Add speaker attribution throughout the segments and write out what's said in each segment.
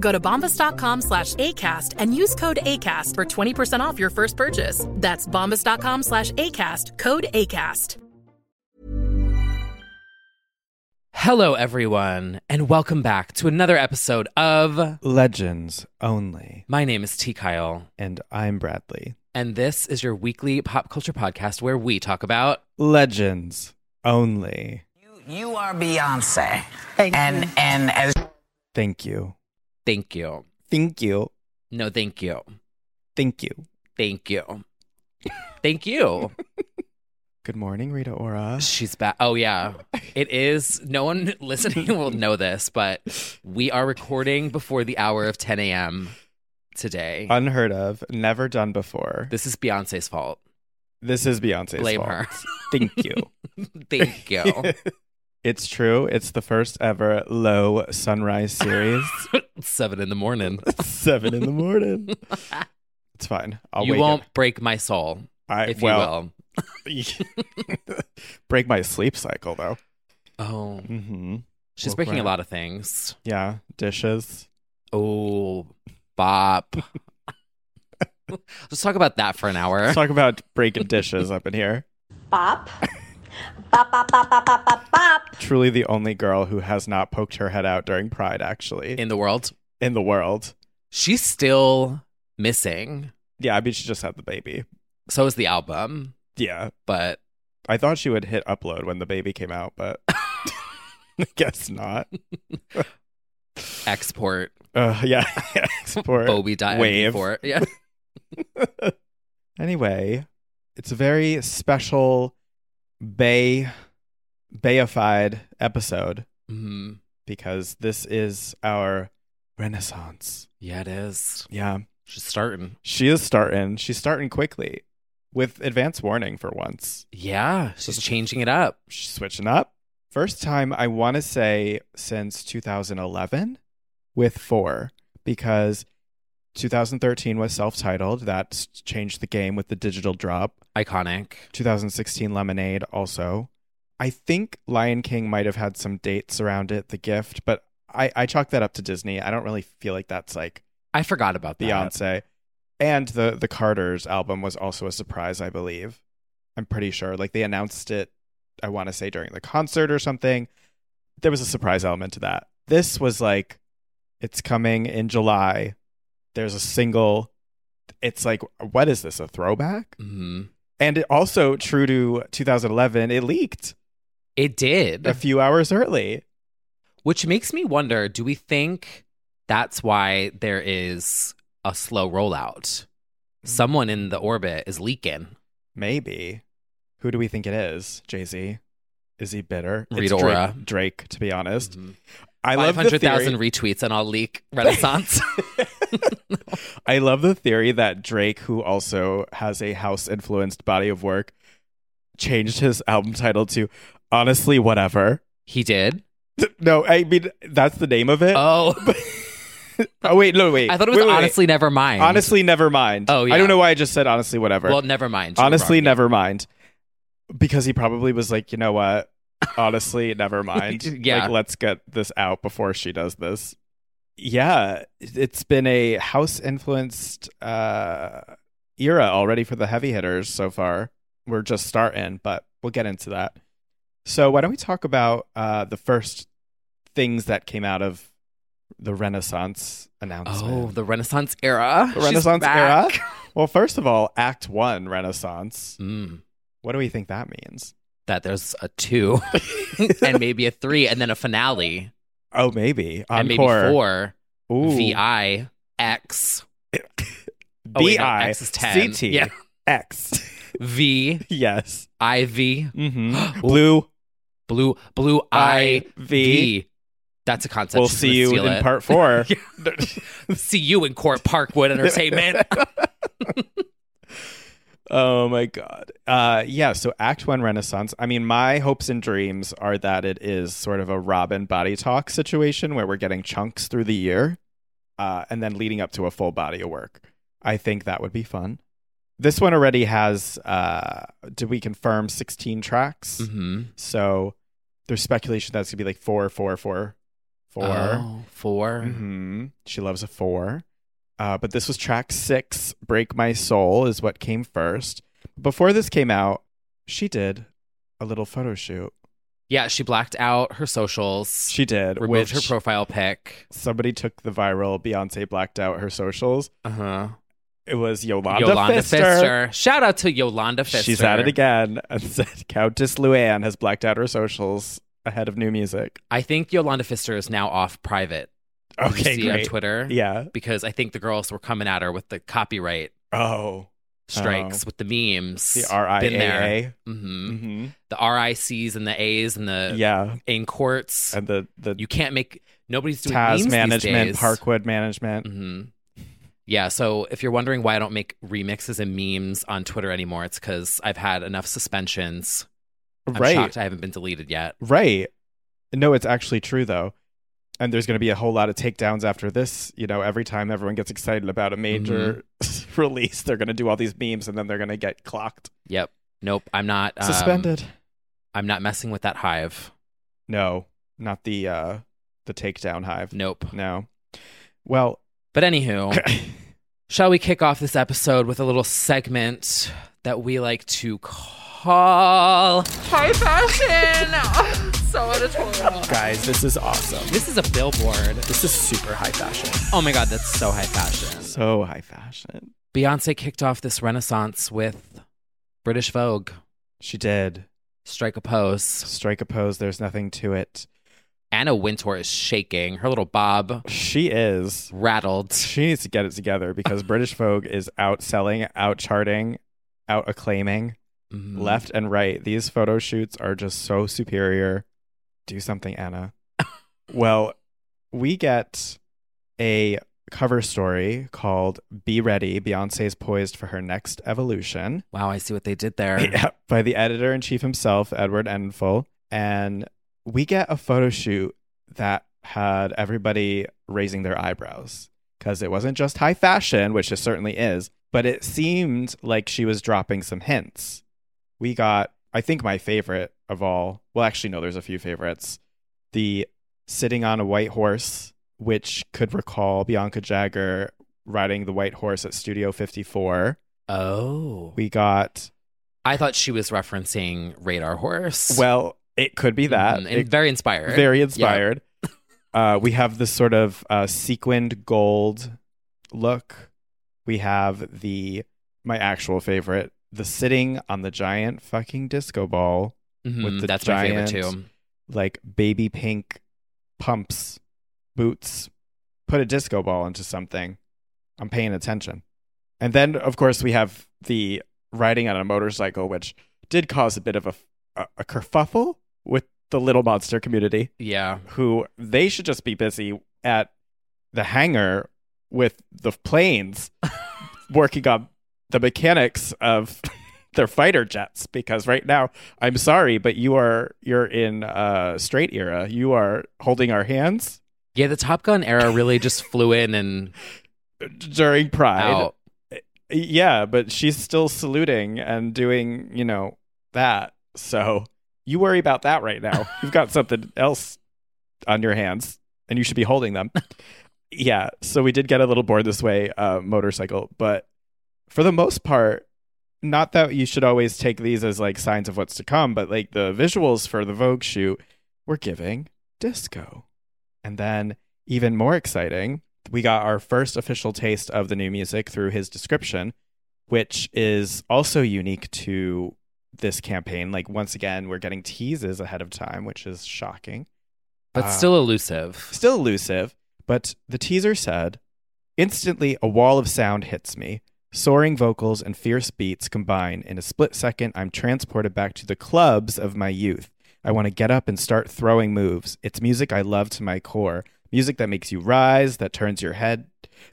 Speaker 1: Go to bombas.com slash ACAST and use code ACAST for 20% off your first purchase. That's bombas.com slash ACAST, code ACAST.
Speaker 2: Hello, everyone, and welcome back to another episode of.
Speaker 3: Legends only.
Speaker 2: My name is T. Kyle,
Speaker 3: And I'm Bradley.
Speaker 2: and this is your weekly pop culture podcast where we talk about.
Speaker 3: Legends only.
Speaker 4: You are Beyonce. and and as
Speaker 3: Thank you.
Speaker 2: Thank you.
Speaker 3: Thank you.
Speaker 2: No, thank you.
Speaker 3: Thank you.
Speaker 2: Thank you. Thank you.
Speaker 3: Good morning, Rita Ora.
Speaker 2: She's back. Oh, yeah. It is. No one listening will know this, but we are recording before the hour of 10 a.m. today.
Speaker 3: Unheard of, never done before.
Speaker 2: This is Beyonce's fault.
Speaker 3: This is Beyonce's
Speaker 2: Blame
Speaker 3: fault.
Speaker 2: her.
Speaker 3: Thank you.
Speaker 2: Thank you.
Speaker 3: It's true. It's the first ever low sunrise series.
Speaker 2: Seven in the morning.
Speaker 3: Seven in the morning. It's fine. I'll
Speaker 2: you
Speaker 3: wake
Speaker 2: won't
Speaker 3: Up.
Speaker 2: break my soul,
Speaker 3: I
Speaker 2: if
Speaker 3: well,
Speaker 2: you will.
Speaker 3: break my sleep cycle though.
Speaker 2: Oh,
Speaker 3: Mm-hmm.
Speaker 2: she's
Speaker 3: Woke
Speaker 2: breaking a
Speaker 3: right.
Speaker 2: lot of things.
Speaker 3: Yeah, dishes.
Speaker 2: Oh, bop. Let's talk about that for an hour.
Speaker 3: Let's talk about breaking dishes up in here.
Speaker 5: Bop. bop, bop, bop, bop, bop, bop, bop.
Speaker 3: Truly the only girl who has not poked her head out during Pride, actually, in,
Speaker 2: In the world,
Speaker 3: the world.
Speaker 2: she's still missing.
Speaker 3: Yeah, I mean, she just had the baby.
Speaker 2: So is the album,
Speaker 3: Yeah.
Speaker 2: but
Speaker 3: I thought she would hit upload when the baby came out, but I guess not.
Speaker 2: export
Speaker 3: Uh, yeah. Export.
Speaker 2: Bobby died
Speaker 3: Wave.
Speaker 2: for it. Yeah.
Speaker 3: Anyway, it's a very special Bay Bayified episode
Speaker 2: hmm
Speaker 3: because this is our renaissance.
Speaker 2: Yeah, it is.
Speaker 3: Yeah.
Speaker 2: She's starting.
Speaker 3: She is starting. She's starting quickly with advance warning for once.
Speaker 2: Yeah, she's changing it up.
Speaker 3: She's switching up. First time, I want to say since 2011 with four, because 2013 was self titled. That changed the game with the digital drop.
Speaker 2: Iconic.
Speaker 3: 2016 Lemonade also. I think Lion King might have had some dates around it, the gift, but I, I chalk that up to Disney. I don't really feel like that's like
Speaker 2: I forgot about that.
Speaker 3: Beyonce. And the the Carters album was also a surprise, I believe. I'm pretty sure. Like they announced it, I want to say during the concert or something. There was a surprise element to that. This was like, it's coming in July. There's a single. It's like, what is this? A throwback?
Speaker 2: hmm
Speaker 3: And it also, true to 2011, it leaked
Speaker 2: It did.
Speaker 3: a few hours early.
Speaker 2: Which makes me wonder do we think that's why there is a slow rollout? Someone in the orbit is leaking.
Speaker 3: Maybe. Who do we think it is? Jay Z. Is he bitter? It's
Speaker 2: Rita
Speaker 3: Drake-
Speaker 2: Ora.
Speaker 3: Drake, to be honest.
Speaker 2: Mhm.
Speaker 3: I love the theory.
Speaker 2: 500,000 retweets and I'll leak Renaissance.
Speaker 3: I love the theory that Drake, who also has a house influenced body of work, changed his album title to Honestly Whatever.
Speaker 2: he did.
Speaker 3: No, I mean that's the name of it.
Speaker 2: Oh,
Speaker 3: oh wait, no wait.
Speaker 2: I thought it was
Speaker 3: Wait, wait, wait.
Speaker 2: honestly never mind.
Speaker 3: Honestly never mind.
Speaker 2: Oh, yeah.
Speaker 3: I don't know why I just said honestly whatever.
Speaker 2: well, never mind. You were
Speaker 3: honestly
Speaker 2: wrong.
Speaker 3: never mind. Because he probably was like, you know what? Honestly, never mind.
Speaker 2: Yeah.
Speaker 3: Like let's get this out before she does this. Yeah, it's been a house influenced uh era already for the heavy hitters so far. We're just starting, but we'll get into that. So why don't we talk about uh the first things that came out of the Renaissance announcement?
Speaker 2: Oh, the Renaissance era.
Speaker 3: The
Speaker 2: She's
Speaker 3: Renaissance era?
Speaker 2: back.
Speaker 3: Well, first of all, Act One Renaissance.
Speaker 2: Mm,
Speaker 3: What do we think that means?
Speaker 2: that there's a two and maybe a three and then a finale
Speaker 3: Oh, maybe
Speaker 2: and maybe
Speaker 3: encore.
Speaker 2: four.
Speaker 3: Ooh.
Speaker 2: V I X Oh,
Speaker 3: B
Speaker 2: wait, no,
Speaker 3: I
Speaker 2: X is 10.
Speaker 3: C T
Speaker 2: Yeah.
Speaker 3: X.
Speaker 2: V
Speaker 3: Yes.
Speaker 2: I V
Speaker 3: Mm-hmm. Blue
Speaker 2: blue blue I
Speaker 3: I
Speaker 2: V. That's a concept.
Speaker 3: We'll
Speaker 2: She's
Speaker 3: see
Speaker 2: gonna
Speaker 3: you
Speaker 2: steal
Speaker 3: in
Speaker 2: it.
Speaker 3: part four.
Speaker 2: See you in Court Parkwood Entertainment.
Speaker 3: oh my god. Uh, yeah. So Act One Renaissance. I mean, my hopes and dreams are that it is sort of a Robin body talk situation where we're getting chunks through the year, uh, and then leading up to a full body of work. I think that would be fun. This one already has. Uh, did we confirm sixteen tracks?
Speaker 2: mm-hmm.
Speaker 3: So there's speculation that's gonna be like four, four, four, four.
Speaker 2: Oh, four.
Speaker 3: Mm-hmm. She loves a four. Uh, but this was track six, Break My Soul, is what came first. Before this came out, she did a little photo shoot.
Speaker 2: Yeah, she blacked out her socials.
Speaker 3: She did.
Speaker 2: removed
Speaker 3: which
Speaker 2: her profile pic.
Speaker 3: Somebody took the viral Beyonce blacked out her socials.
Speaker 2: Uh huh.
Speaker 3: It was Uh-huh. Yolanda,
Speaker 2: Yolanda
Speaker 3: Fister.
Speaker 2: Fister. Shout out to Yolanda Fister.
Speaker 3: She's at it again and said Countess Luann has blacked out her socials ahead of new music.
Speaker 2: I think Yolanda Fister is now off private. Did you
Speaker 3: Okay,
Speaker 2: see on
Speaker 3: great.
Speaker 2: Twitter.
Speaker 3: Yeah.
Speaker 2: Because I think the girls were coming at her with the copyright
Speaker 3: Oh,
Speaker 2: strikes, with the memes.
Speaker 3: the
Speaker 2: Been there.
Speaker 3: RIAA.
Speaker 2: hmm
Speaker 3: Mm-hmm.
Speaker 2: The RICs and the A's and the
Speaker 3: Yeah,
Speaker 2: in courts.
Speaker 3: and the the
Speaker 2: you can't make nobody's doing memes
Speaker 3: Taz
Speaker 2: these
Speaker 3: management,
Speaker 2: days.
Speaker 3: Parkwood management.
Speaker 2: hmm Yeah, so if you're wondering why I don't make remixes and memes on Twitter anymore, it's because I've had enough suspensions. Mm-hmm. I'm
Speaker 3: Right,
Speaker 2: shocked I haven't been deleted yet.
Speaker 3: right. No, it's actually true though. And there's going to be a whole lot of takedowns after this. You know, every time everyone gets excited about a major
Speaker 2: Mm-hmm.
Speaker 3: release, they're going to do all these memes, and then they're going to get clocked,
Speaker 2: Yep. Nope. I'm not um,
Speaker 3: suspended.
Speaker 2: I'm not messing with that hive.
Speaker 3: No, not the uh the takedown hive.
Speaker 2: Nope.
Speaker 3: No. Well,
Speaker 2: But anywho, shall we kick off this episode with a little segment that we like to call High Fashion? so editorial.
Speaker 3: guys, this is awesome.
Speaker 2: This is a billboard.
Speaker 3: This is super high fashion.
Speaker 2: Oh my god, that's so high fashion.
Speaker 3: So high fashion.
Speaker 2: Beyonce kicked off this renaissance with British Vogue.
Speaker 3: She did
Speaker 2: Strike a pose.
Speaker 3: strike a pose. There's nothing to it.
Speaker 2: Anna Wintour is shaking. Her little bob
Speaker 3: She is
Speaker 2: rattled.
Speaker 3: She needs to get it together because British Vogue is outselling, outcharting, out acclaiming
Speaker 2: Mhm.
Speaker 3: left and right. These photo shoots are just so superior. Do something, Anna. well, we get a cover story called Be Ready Beyonce's Poised for Her Next Evolution
Speaker 2: Wow, I see what they did there.
Speaker 3: Yeah, by the editor in chief himself, Edward Enfield. And we get a photo shoot that had everybody raising their eyebrows because it wasn't just high fashion, which it certainly is, but it seemed like she was dropping some hints. We got, I think, my favorite of all. Well, actually, no, there's a few favorites. The sitting on a white horse, which could recall Bianca Jagger riding the white horse at Studio 54.
Speaker 2: Oh.
Speaker 3: We got
Speaker 2: I thought she was referencing Radar Horse.
Speaker 3: Well, it could be that.
Speaker 2: Mhm, and
Speaker 3: It-
Speaker 2: very inspired.
Speaker 3: very
Speaker 2: Yeah.
Speaker 3: inspired. uh, we have this sort of uh, sequined gold look. We have the my actual favorite, the sitting on the giant fucking disco ball,
Speaker 2: Mhm,
Speaker 3: with the
Speaker 2: That's my favorite
Speaker 3: giant-
Speaker 2: too.
Speaker 3: like baby pink pumps, boots. Put a disco ball into something. I'm paying attention. And then, of course, we have the riding on a motorcycle, which did cause a bit of a, a, a kerfuffle with the little monster community,
Speaker 2: Yeah.
Speaker 3: who they should just be busy at the hangar with the planes working on the mechanics of their fighter jets because right now i'm sorry but you are you're in uh straight era you are holding our hands
Speaker 2: Yeah, the Top Gun era really just flew in and
Speaker 3: during Pride.
Speaker 2: out.
Speaker 3: Yeah, but she's still saluting and doing, you know, that. So you worry about that right now. You've got something else on your hands and you should be holding them. yeah, so we did get a little bored this way, uh, motorcycle, but for the most part, not that you should always take these as like signs of what's to come, but like the visuals for the Vogue shoot were giving disco. And then, even more exciting, we got our first official taste of the new music through his description, which is also unique to this campaign. Like, once again, we're getting teases ahead of time, which is shocking
Speaker 2: But
Speaker 3: Uh,
Speaker 2: still elusive.
Speaker 3: still elusive, but the teaser said, Instantly, a wall of sound hits me. Soaring vocals and fierce beats combine. In a split second, I'm transported back to the clubs of my youth. I want to get up and start throwing moves. It's music I love to my core. Music that makes you rise, that turns your head,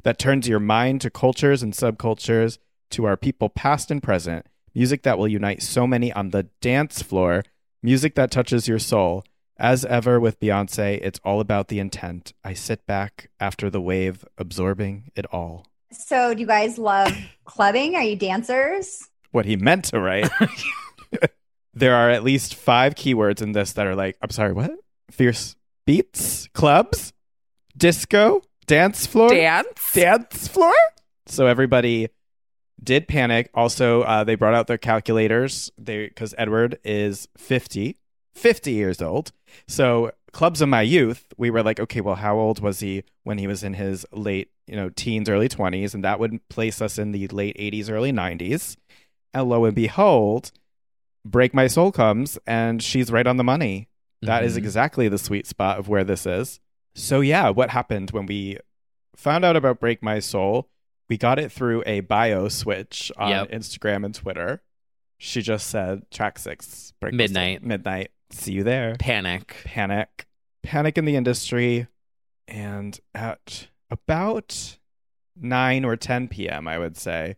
Speaker 3: that turns your mind to cultures and subcultures, to our people past and present. Music that will unite so many on the dance floor. Music that touches your soul. As ever with Beyonce, it's all about the intent. I sit back after the wave, absorbing it all.
Speaker 6: So, do you guys love clubbing? Are you dancers?
Speaker 3: What he meant to write. there are at least five keywords in this that are like, I'm sorry, what? Fierce beats, clubs, disco, dance floor,
Speaker 2: Dance?
Speaker 3: dance floor. So everybody did panic. Also, uh, they brought out their calculators They because Edward is 50, 50 years old. So clubs of my youth, we were like, okay, well, how old was he when he was in his late, you know, teens, early 20s? And that would place us in the late 80s, early 90s. And lo and behold, Break My Soul comes and she's right on the money. That is
Speaker 2: Mhm.
Speaker 3: exactly the sweet spot of where this is. So, yeah, what happened when we found out about Break My Soul? We got it through a bio switch on
Speaker 2: Yep.
Speaker 3: Instagram and Twitter. She just said track six, Break My Soul."
Speaker 2: Midnight.
Speaker 3: midnight. See you there.
Speaker 2: Panic.
Speaker 3: Panic. Panic in the industry. And at about 9 or 10 p.m., I would say,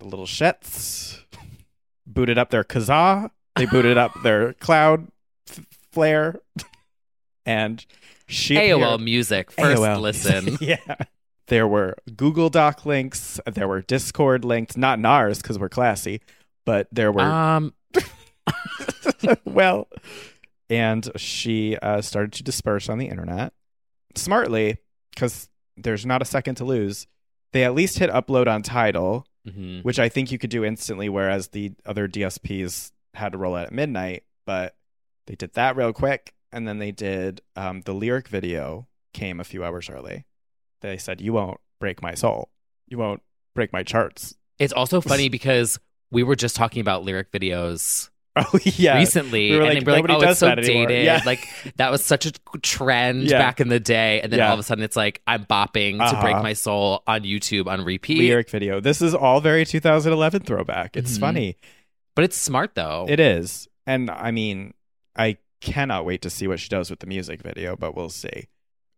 Speaker 3: the little shits booted up their kazaa. They booted up their cloud f- flare. And she
Speaker 2: AOL
Speaker 3: appeared-
Speaker 2: music. First
Speaker 3: AOL.
Speaker 2: listen.
Speaker 3: yeah. There were Google Doc links. There were Discord links. Not in ours because we're classy, but there were
Speaker 2: um,
Speaker 3: well, and she uh, started to disperse on the internet smartly because there's not a second to lose. They at least hit upload on Tidal,
Speaker 2: mhm.
Speaker 3: which I think you could do instantly, whereas the other DSPs had to roll out at midnight. But they did that real quick, and then they did um, the lyric video came a few hours early. They said, "You won't break my soul. You won't break my charts."
Speaker 2: It's also funny because we were just talking about lyric videos
Speaker 3: Oh yeah,
Speaker 2: recently,
Speaker 3: We were
Speaker 2: and they
Speaker 3: like,
Speaker 2: were like,
Speaker 3: "Nobody
Speaker 2: "Oh, it's
Speaker 3: does
Speaker 2: so
Speaker 3: that anymore."
Speaker 2: dated."
Speaker 3: Yeah.
Speaker 2: Like that was such a trend
Speaker 3: Yeah.
Speaker 2: back in the day, and then
Speaker 3: Yeah.
Speaker 2: all of a sudden it's like I'm bopping to
Speaker 3: Uh-huh.
Speaker 2: break my soul on YouTube on repeat.
Speaker 3: lyric video. This is all very 2011 throwback. It's
Speaker 2: Mhm.
Speaker 3: funny.
Speaker 2: But it's smart though.
Speaker 3: It is. And I mean, I cannot wait to see what she does with the music video, but we'll see.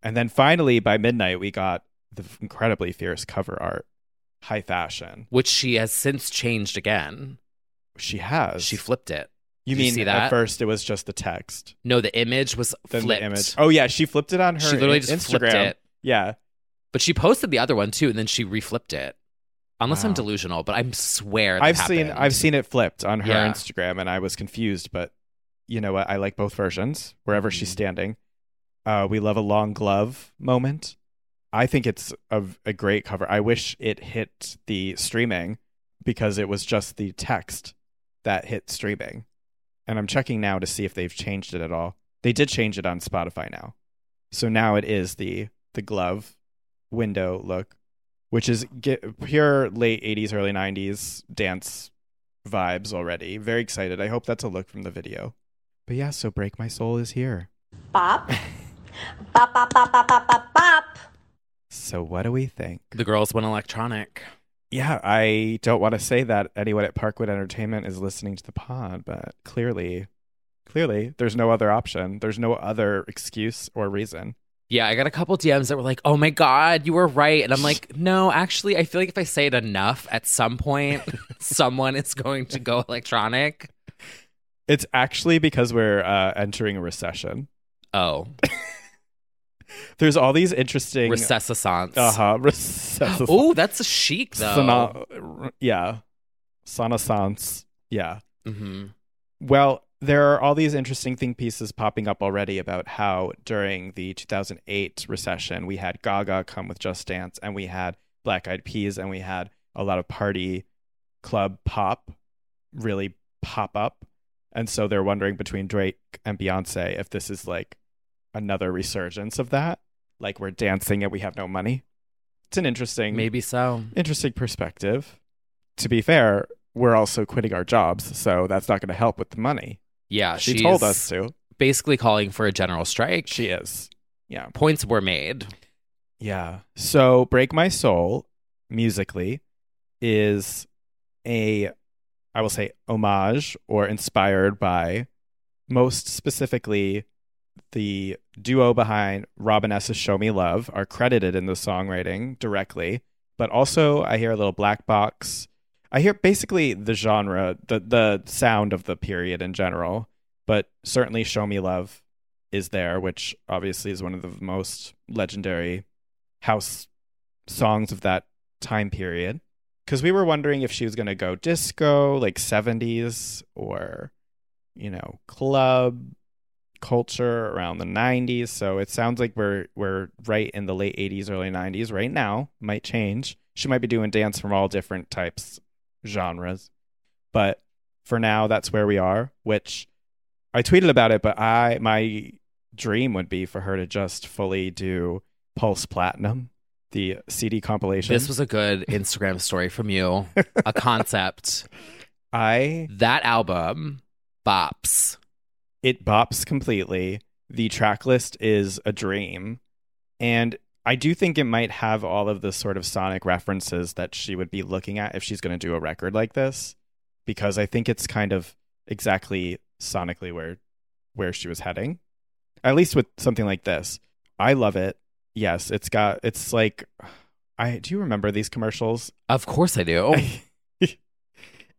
Speaker 3: And then finally, by midnight, we got the incredibly fierce cover art, high fashion.
Speaker 2: which she has since changed again.
Speaker 3: She has.
Speaker 2: She flipped it.
Speaker 3: You
Speaker 2: did you
Speaker 3: mean
Speaker 2: see
Speaker 3: at
Speaker 2: that?
Speaker 3: first it was just the text,
Speaker 2: No, the image was
Speaker 3: then
Speaker 2: flipped.
Speaker 3: the image. Oh yeah, she flipped it on her.
Speaker 2: she literally
Speaker 3: in-
Speaker 2: just
Speaker 3: Instagram.
Speaker 2: flipped it.
Speaker 3: Yeah,
Speaker 2: But she posted the other one too, and then she reflipped it. Unless I'm
Speaker 3: Wow.
Speaker 2: delusional, but I'm swear that
Speaker 3: I've seen
Speaker 2: happened.
Speaker 3: I've seen it flipped on her
Speaker 2: Yeah.
Speaker 3: Instagram, and I was confused. But you know what? I like both versions. Wherever she's standing, uh, we love a long glove moment. I think it's a, a great cover. I wish it hit the streaming because it was just the text that hit streaming. And I'm checking now to see if they've changed it at all. They did change it on Spotify now, so now it is the the glove window look which is get pure late 80s early 90s dance vibes already very excited i hope that's a look from the video but yeah so break my soul is here
Speaker 5: Bop. Bop, bop, bop, bop, bop, bop, bop.
Speaker 3: so what do we think
Speaker 2: the girls went electronic.
Speaker 3: yeah, I don't want to say that anyone at Parkwood Entertainment is listening to the pod, but clearly, clearly, there's no other option. There's no other excuse or reason.
Speaker 2: Yeah, I got a couple DMs that were like, "Oh my god, you were right," and I'm like, "No, actually, I feel like if I say it enough, at some point, someone is going to go electronic."
Speaker 3: It's actually because we're uh, entering a recession.
Speaker 2: Oh,
Speaker 3: There's all these interesting
Speaker 2: recessance.
Speaker 3: Uh huh.
Speaker 2: Oh, that's a chic though.
Speaker 3: yeah. Sonissance. Yeah.
Speaker 2: hmm
Speaker 3: Well, there are all these interesting thing pieces popping up already about how during the 2008 recession, we had Gaga come with Just Dance and we had Black Eyed Peas and we had a lot of party club pop really pop up. And so they're wondering between Drake and Beyonce if this is like another resurgence of that, like we're dancing and we have no money. It's an interesting
Speaker 2: Maybe so.
Speaker 3: interesting perspective. To be fair, we're also quitting our jobs, so that's not going to help with the money.
Speaker 2: Yeah,
Speaker 3: She
Speaker 2: she's
Speaker 3: told us to.
Speaker 2: Basically, calling for a general strike.
Speaker 3: She is. Yeah.
Speaker 2: Points were made.
Speaker 3: Yeah. So Break My Soul musically is a I will say homage or inspired by most specifically the duo behind Robin S's Show Me Love are credited in the songwriting directly, but also I hear a little black box. I hear basically the genre, the the sound of the period in general, but certainly Show Me Love is there, which obviously is one of the most legendary house songs of that time period. Because we were wondering if she was going to go disco, like 70s, or, you know, club culture around the 90s. So it sounds like we're, we're right in the late 80s, early 90s right now. Might change. She might be doing dance from all different types, genres. But for now, that's where we are, which I tweeted about it, but I, my dream would be for her to just fully do Pulse Platinum, the CD compilation.
Speaker 2: This was a good Instagram story from you. A concept.
Speaker 3: I
Speaker 2: that album bops.
Speaker 3: it bops completely. The track list is a dream. And I do think it might have all of the sort of sonic references that she would be looking at if she's going to do a record like this because I think it's kind of exactly sonically where where she was heading. At least with something like this. I love it. Yes, it's got it's like I do you remember these commercials?
Speaker 2: Of course I do.
Speaker 3: It's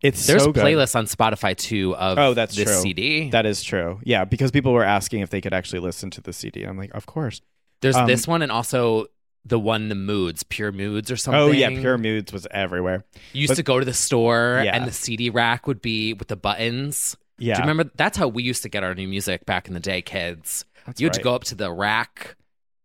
Speaker 2: Oh. There's
Speaker 3: so good.
Speaker 2: playlists on Spotify too of
Speaker 3: Oh, that's
Speaker 2: this
Speaker 3: true.
Speaker 2: CD.
Speaker 3: That is true. Yeah, because people were asking if they could actually listen to the CD. I'm like, of course.
Speaker 2: There's
Speaker 3: um,
Speaker 2: this one and also the one the moods, pure moods or something.
Speaker 3: Oh yeah, Pure Moods was everywhere.
Speaker 2: You used
Speaker 3: but-
Speaker 2: to go to the store
Speaker 3: Yeah.
Speaker 2: and the CD rack would be with the buttons.
Speaker 3: Yeah,
Speaker 2: Do you remember? That's how we used to get our new music back in the day, kids.
Speaker 3: That's
Speaker 2: you had
Speaker 3: right.
Speaker 2: to go up to the rack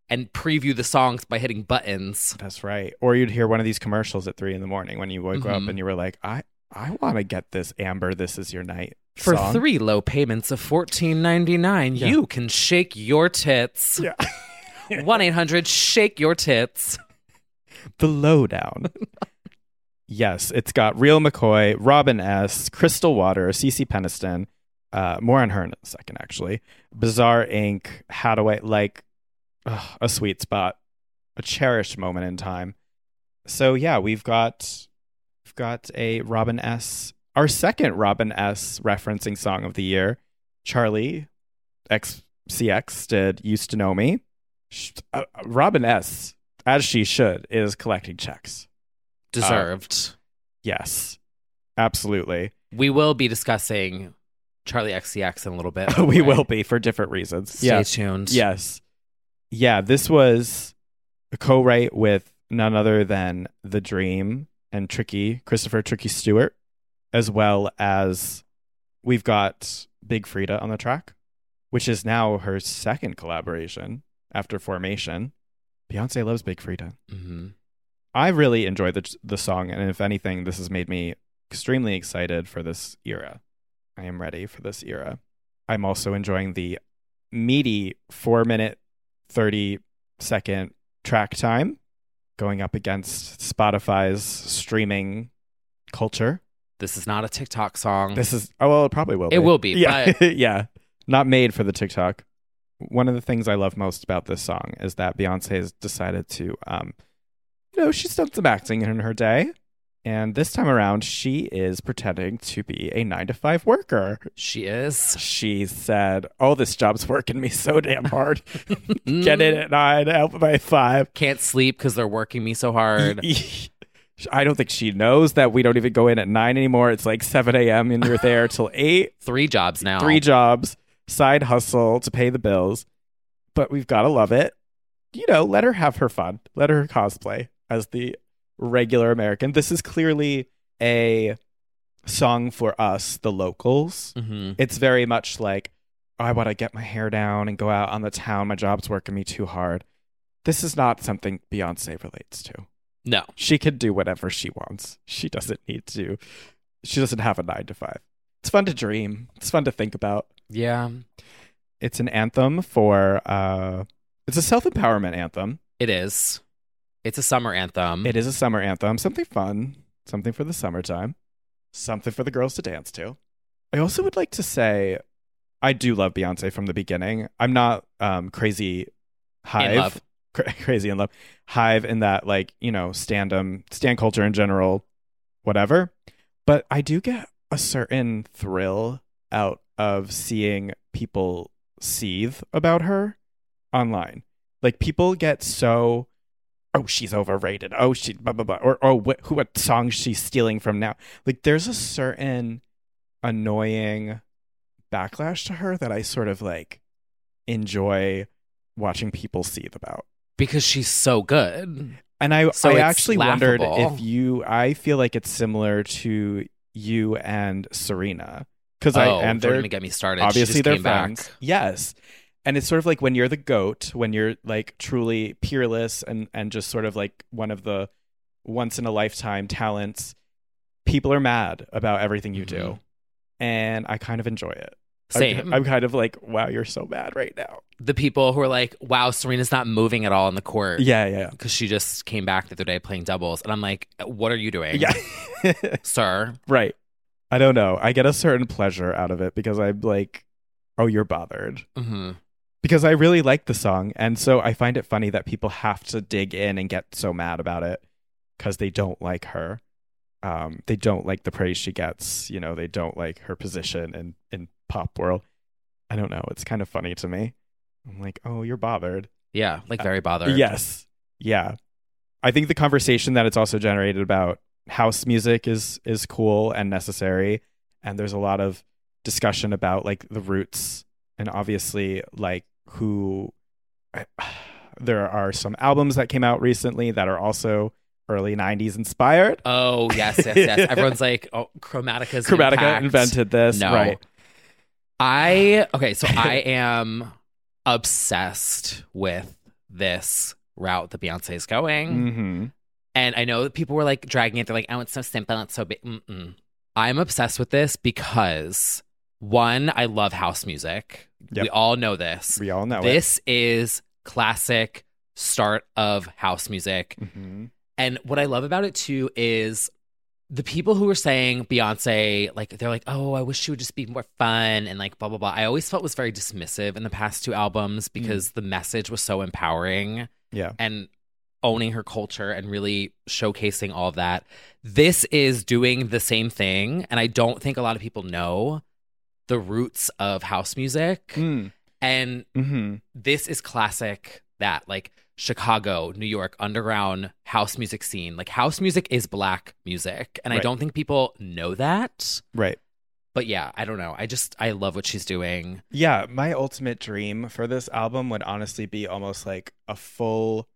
Speaker 2: and preview the songs by hitting buttons.
Speaker 3: That's right. Or you'd hear one of these commercials at three in the morning when you woke up
Speaker 2: Mhm.
Speaker 3: and you were like, I I want to get this Amber. This is your night
Speaker 2: For
Speaker 3: song.
Speaker 2: three low payments of fourteen ninety nine,
Speaker 3: Yeah.
Speaker 2: you can shake your tits.
Speaker 3: Yeah.
Speaker 2: One eight hundred shake your
Speaker 3: Uh,
Speaker 2: tits.
Speaker 3: the lowdown. yes, it's got Real McCoy, Robin S, Crystal Water, Cece Peniston. Uh, more on her in a second, actually. Bizarre Inc. How do I like ugh, a sweet spot, a cherished moment in time. So yeah, we've got we've got a Robin S. Our second Robin S. referencing song of the year. Charlie XCX did "Used to Know Me." Sh- uh, Robin S as she should, is collecting checks.
Speaker 2: Deserved.
Speaker 3: Yes, absolutely.
Speaker 2: we will be discussing Charlie XCX in a little bit. by the
Speaker 3: we
Speaker 2: way.
Speaker 3: will be for different reasons.
Speaker 2: Stay
Speaker 3: yes.
Speaker 2: tuned.
Speaker 3: Yes. Yeah, this was a co write with none other than The Dream and Tricky, Christopher Tricky Stewart, as well as we've got Big Frida on the track, which is now her second collaboration after Formation. Beyonce loves Big Frida.
Speaker 2: hmm
Speaker 3: I really enjoy the the song, and if anything, this has made me extremely excited for this era. I am ready for this era. I'm also enjoying the meaty four minute thirty second track time, going up against Spotify's streaming culture.
Speaker 2: This is not a TikTok song.
Speaker 3: This is oh well, it probably will.
Speaker 2: Mm-hmm. It will be,
Speaker 3: Yeah, yeah. Not made for the TikTok. One of the things I love most about this song is that Beyonce has decided to, um, you know, she's done some acting in her day. And this time around, she is pretending to be a nine to five worker.
Speaker 2: She is.
Speaker 3: She said, Oh, this job's working me so damn hard. Get in at nine, out by five.
Speaker 2: Can't sleep because they're working me so hard.
Speaker 3: I don't think she knows that we don't even go in at nine anymore. It's like 7 a.m. and you're there till eight.
Speaker 2: Three jobs now.
Speaker 3: Three jobs, side hustle to pay the bills. But we've got to love it. You know, let her have her fun. Let her cosplay as the regular American. This is clearly a song for us, the locals.
Speaker 2: hmm
Speaker 3: It's very much like, I want to get my hair down and go out on the town. My job's working me too hard. This is not something Beyonce relates to.
Speaker 2: No.
Speaker 3: She can do whatever she wants. She doesn't need to. She doesn't have a nine to five. It's fun to dream. It's fun to think about.
Speaker 2: Yeah.
Speaker 3: It's an anthem for, uh, it's a self empowerment anthem.
Speaker 2: It is. It's a summer anthem.
Speaker 3: It is a summer anthem. Something fun. Something for the summertime. Something for the girls to dance to. I also would like to say I do love Beyonce from the beginning. I'm not um, crazy hive.
Speaker 2: love.
Speaker 3: Cra- crazy in love. Hive in that, like, you know, stand um, stand culture in general, whatever. But I do get a certain thrill out of seeing people seethe about her online. Like people get so, oh, she's overrated. Oh, she blah blah blah. Or oh, what, who what song she's stealing from now? Like there's a certain annoying backlash to her that I sort of like enjoy watching people seethe about.
Speaker 2: because she's so good.
Speaker 3: And I
Speaker 2: So
Speaker 3: I
Speaker 2: it's
Speaker 3: actually wondered
Speaker 2: laughable.
Speaker 3: if you I feel like it's similar to you and Serena because I
Speaker 2: oh,
Speaker 3: and
Speaker 2: don't
Speaker 3: they're
Speaker 2: even get me started. She
Speaker 3: obviously
Speaker 2: just
Speaker 3: they're
Speaker 2: came back.
Speaker 3: friends. Yes. And it's sort of like when you're the goat, when you're like truly peerless and and just sort of like one of the once in a lifetime talents, people are mad about everything you do.
Speaker 2: Mm-hmm.
Speaker 3: And I kind of enjoy it. I'm-
Speaker 2: Same.
Speaker 3: I'm, kind of like, wow, you're so mad right now.
Speaker 2: the people who are like, "Wow, Serena's not moving at all on the court."
Speaker 3: Yeah, yeah.
Speaker 2: because she just came back the other day playing doubles, and I'm like, "What are you doing?"
Speaker 3: Yeah.
Speaker 2: sir.
Speaker 3: right. I don't know. I get a certain pleasure out of it because I'm like, oh, you're bothered.
Speaker 2: hmm
Speaker 3: because I really like the song. And so I find it funny that people have to dig in and get so mad about it because they don't like her. Um, they don't like the praise she gets. You know, they don't like her position in, in pop world. I don't know. It's kind of funny to me. I'm like, oh, you're bothered.
Speaker 2: Yeah, like
Speaker 3: Uh,
Speaker 2: very bothered.
Speaker 3: Yes. Yeah. I think the conversation that it's also generated about house music is is cool and necessary and there's a lot of discussion about like the roots and obviously like who there are some albums that came out recently that are also early 90s inspired.
Speaker 2: Oh yes, yes, yes. Everyone's like, "Oh, Chromatica's
Speaker 3: Chromatica
Speaker 2: impact.
Speaker 3: invented this,
Speaker 2: No.
Speaker 3: right?
Speaker 2: I okay, so I am obsessed with this route that Beyonce's going.
Speaker 3: Mhm.
Speaker 2: And I know that people were like dragging it. They're like, oh, it's so simple. It's so big. Mm-mm. I'm obsessed with this because one, I love house music.
Speaker 3: Yep.
Speaker 2: We all know this.
Speaker 3: We all know
Speaker 2: this is classic start of house music.
Speaker 3: it. Mhm.
Speaker 2: And what I love about it too is the people who were saying Beyonce, like, they're like, oh, I wish she would just be more fun and like blah, blah, blah. I always felt was very dismissive in the past two albums because the message was so empowering
Speaker 3: Yeah.
Speaker 2: and owning her culture and really showcasing all of that. This is doing the same thing. And I don't think a lot of people know the roots of house music.
Speaker 3: Mm.
Speaker 2: And
Speaker 3: Mhm.
Speaker 2: this is classic that, like Chicago, New York, underground house music scene. Like house music is black music. And I
Speaker 3: Right.
Speaker 2: don't think people know that.
Speaker 3: Right.
Speaker 2: But yeah, I don't know. I just, I love what she's doing.
Speaker 3: Yeah, my ultimate dream for this album would honestly be almost like a full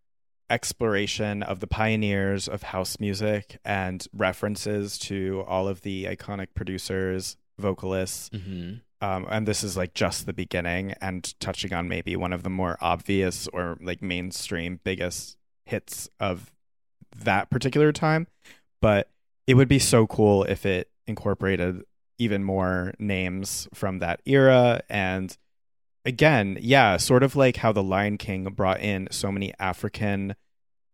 Speaker 3: exploration of the pioneers of house music and references to all of the iconic producers, vocalists.
Speaker 2: hmm
Speaker 3: Um, and this is like just the beginning and touching on maybe one of the more obvious or like mainstream biggest hits of that particular time. But it would be so cool if it incorporated even more names from that era. And again, yeah, sort of like how The Lion King brought in so many African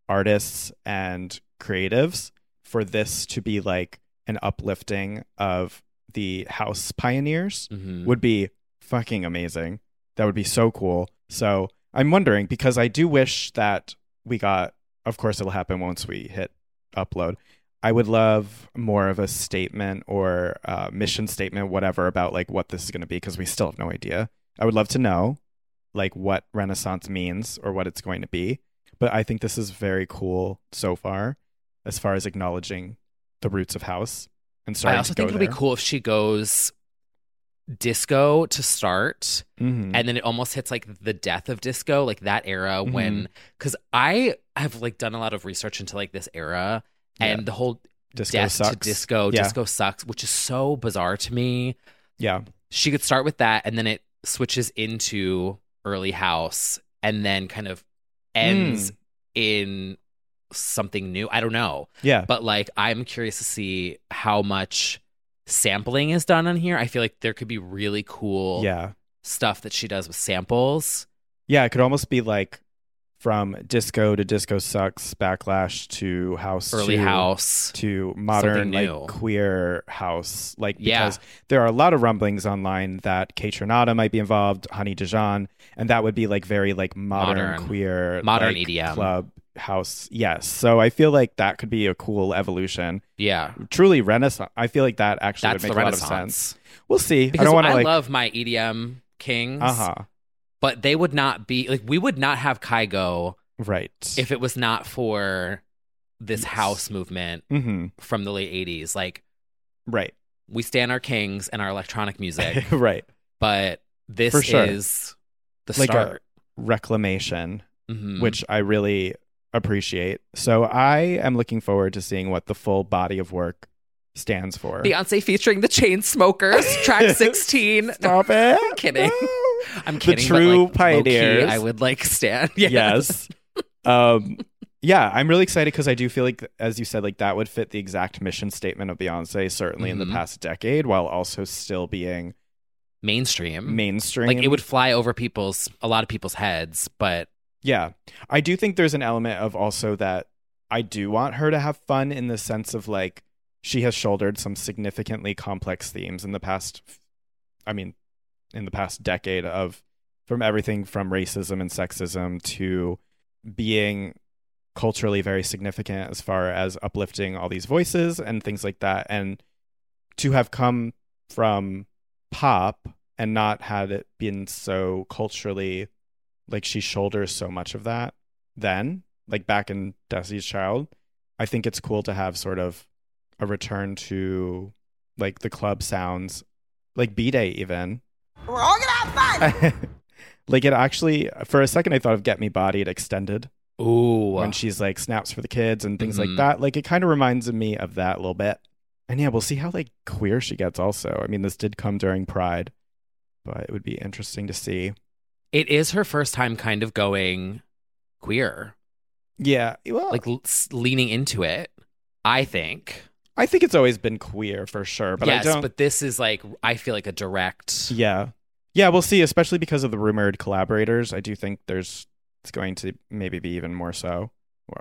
Speaker 3: artists and creatives for this to be like an uplifting of the house pioneers
Speaker 2: hmm
Speaker 3: would be fucking amazing. That would be so cool. So I'm wondering because I do wish that we got, of course, it'll happen once we hit upload. I would love more of a statement or uh, mission statement, whatever, about like what this is going to be because we still have no idea. I would love to know like what Renaissance means or what it's going to be. But I think this is very cool so far, as far as acknowledging the roots of house and starting
Speaker 2: I also
Speaker 3: to go
Speaker 2: think it'll
Speaker 3: there.
Speaker 2: be cool if she goes disco to start
Speaker 3: Mhm.
Speaker 2: and then it almost hits like the death of disco like that era
Speaker 3: Mm-hmm.
Speaker 2: when because i have like done a lot of research into like this era and
Speaker 3: Yeah.
Speaker 2: the whole
Speaker 3: Disco
Speaker 2: death
Speaker 3: sucks.
Speaker 2: to disco
Speaker 3: Yeah.
Speaker 2: disco sucks which is so bizarre to me
Speaker 3: Yeah.
Speaker 2: she could start with that and then it switches into early house and then kind of ends
Speaker 3: Hmm.
Speaker 2: in something new i don't know
Speaker 3: Yeah.
Speaker 2: but like i'm curious to see how much sampling is done on here i feel like there could be really cool
Speaker 3: yeah.
Speaker 2: stuff that she does with samples
Speaker 3: Yeah. It could almost be like from disco to disco sucks, backlash to house
Speaker 2: early
Speaker 3: to,
Speaker 2: house
Speaker 3: to modern
Speaker 2: new.
Speaker 3: like queer house like
Speaker 2: Yeah.
Speaker 3: because there are a lot of rumblings online that Kate Trinata might be involved honey dijon and that would be like very like modern,
Speaker 2: Modern.
Speaker 3: queer
Speaker 2: Modern E
Speaker 3: like,
Speaker 2: EDM.
Speaker 3: club house yes so i feel like that could be a cool evolution
Speaker 2: yeah
Speaker 3: truly renaissance i feel like that actually
Speaker 2: that's
Speaker 3: would
Speaker 2: the
Speaker 3: make a lot of sense
Speaker 2: renaissance
Speaker 3: we'll see
Speaker 2: because
Speaker 3: i
Speaker 2: i,
Speaker 3: don't want to like
Speaker 2: love my edm kings
Speaker 3: uh-huh
Speaker 2: but they would not be like we would not have kygo
Speaker 3: right
Speaker 2: if it was not for this
Speaker 3: Yes.
Speaker 2: house movement
Speaker 3: mm-hmm.
Speaker 2: from the late 80s like
Speaker 3: right
Speaker 2: we stand our kings and our electronic music
Speaker 3: right
Speaker 2: but this
Speaker 3: For sure.
Speaker 2: is the
Speaker 3: Like uh, a-
Speaker 2: start
Speaker 3: reclamation
Speaker 2: Mhm.
Speaker 3: which I really appreciate. So I am looking forward to seeing what the full body of work stands for.
Speaker 2: Beyonce featuring the chain smokers, track 16.
Speaker 3: Stop it.
Speaker 2: I'm kidding. I'm
Speaker 3: The
Speaker 2: kidding. but,
Speaker 3: true
Speaker 2: like, low-key,
Speaker 3: pioneers.
Speaker 2: I would like stand. Yeah.
Speaker 3: yes. Um yeah, I'm really excited because I do feel like as you said like that would fit the exact mission statement of Beyonce certainly in
Speaker 2: Mhm.
Speaker 3: the past decade while also still being
Speaker 2: Mainstream.
Speaker 3: mainstream.
Speaker 2: Mm-hmm. Like it would fly over people's, a lot of people's heads, but
Speaker 3: Yeah. I do think there's an element of also that I do want her to have fun in the sense of like she has shouldered some significantly complex themes in the past I mean in the past decade of from everything from racism and sexism to being culturally very significant as far as uplifting all these voices and things like that and to have come from pop and not had it been so culturally like she shoulders so much of that then like back in destiny's child i think it's cool to have sort of a return to like the club sounds like b-day even
Speaker 5: We're all gonna have fun.
Speaker 3: like it actually for a second i thought of get me bodied extended
Speaker 2: ooh.
Speaker 3: when she's like snaps for the kids and things
Speaker 2: Mhm.
Speaker 3: like that like it kind of reminds me of that a little bit and yeah we'll see how like queer she gets also i mean this did come during pride but it would be interesting to see
Speaker 2: it is her first time kind of going queer,
Speaker 3: yeah well
Speaker 2: like l- s- leaning into it, I think.
Speaker 3: I think it's always been queer for sure, but
Speaker 2: yes,
Speaker 3: I don't.
Speaker 2: but this is like, I feel like a direct.
Speaker 3: yeah, yeah, we'll see. Especially because of the rumored collaborators, I do think there's it's going to maybe be even more so,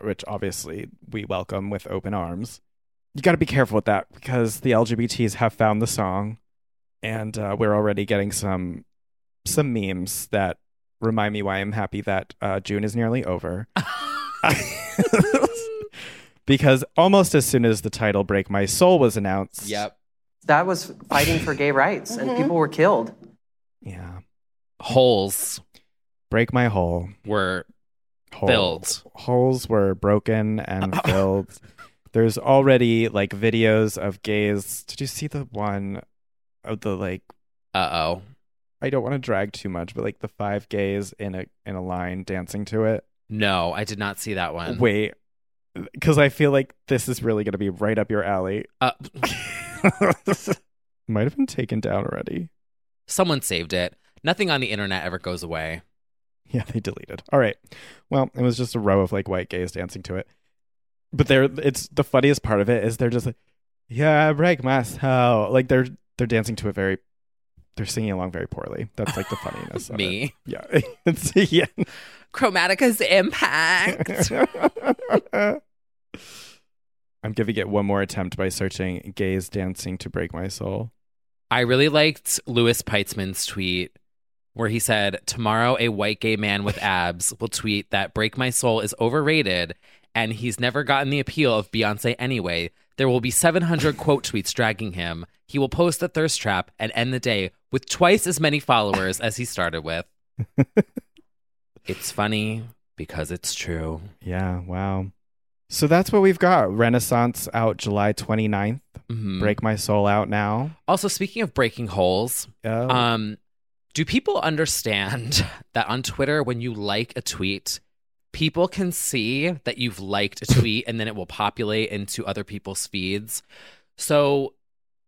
Speaker 3: which obviously we welcome with open arms. You got to be careful with that because the LGBTs have found the song, and uh, we're already getting some some memes that remind me why I'm happy that uh, June is nearly over. because almost as soon as the title "Break My Soul" was announced,
Speaker 2: Yep.
Speaker 7: That was fighting for gay rights, and people were killed.
Speaker 3: yeah,
Speaker 2: Holes
Speaker 3: break my hole.
Speaker 2: were
Speaker 3: Hole-
Speaker 2: Filled.
Speaker 3: Holes were broken and filled. There's already like videos of gays. Did you see the one of the like?
Speaker 2: Uh oh.
Speaker 3: I don't want to drag too much, but like the five gays in a in a line dancing to it.
Speaker 2: No, I did not see that one.
Speaker 3: Wait, because I feel like this is really gonna be right up your alley.
Speaker 2: Uh,
Speaker 3: Might have been taken down already.
Speaker 2: someone saved it. Nothing on the internet ever goes away.
Speaker 3: Yeah, they deleted. All right. Well, it was just a row of like white gays dancing to it. But they're it's the funniest part of it is they're just like, yeah, I break my soul. Like they're they're dancing to it very, they're singing along very poorly. That's like the funniness. of it.
Speaker 2: Me.
Speaker 3: Yeah. It's- yeah.
Speaker 2: Chromatica's impact.
Speaker 3: I'm giving it one more attempt by searching "gays dancing to break my soul."
Speaker 2: I really liked Louis Peitzman's tweet where he said, Tomorrow, a white gay man with abs will tweet that Break My Soul is overrated and he's never gotten the appeal of Beyonce anyway. There will be 700 quote tweets dragging him. He will post a thirst trap and end the day with twice as many followers as he started with. it's funny because it's true.
Speaker 3: Yeah, wow. So that's what we've got. Renaissance out July 29th.
Speaker 2: Mhm.
Speaker 3: Break My Soul out now.
Speaker 2: Also, speaking of breaking holes,
Speaker 3: Oh.
Speaker 2: um, do people understand that on Twitter, when you like a tweet, people can see that you've liked a tweet and then it will populate into other people's feeds? So,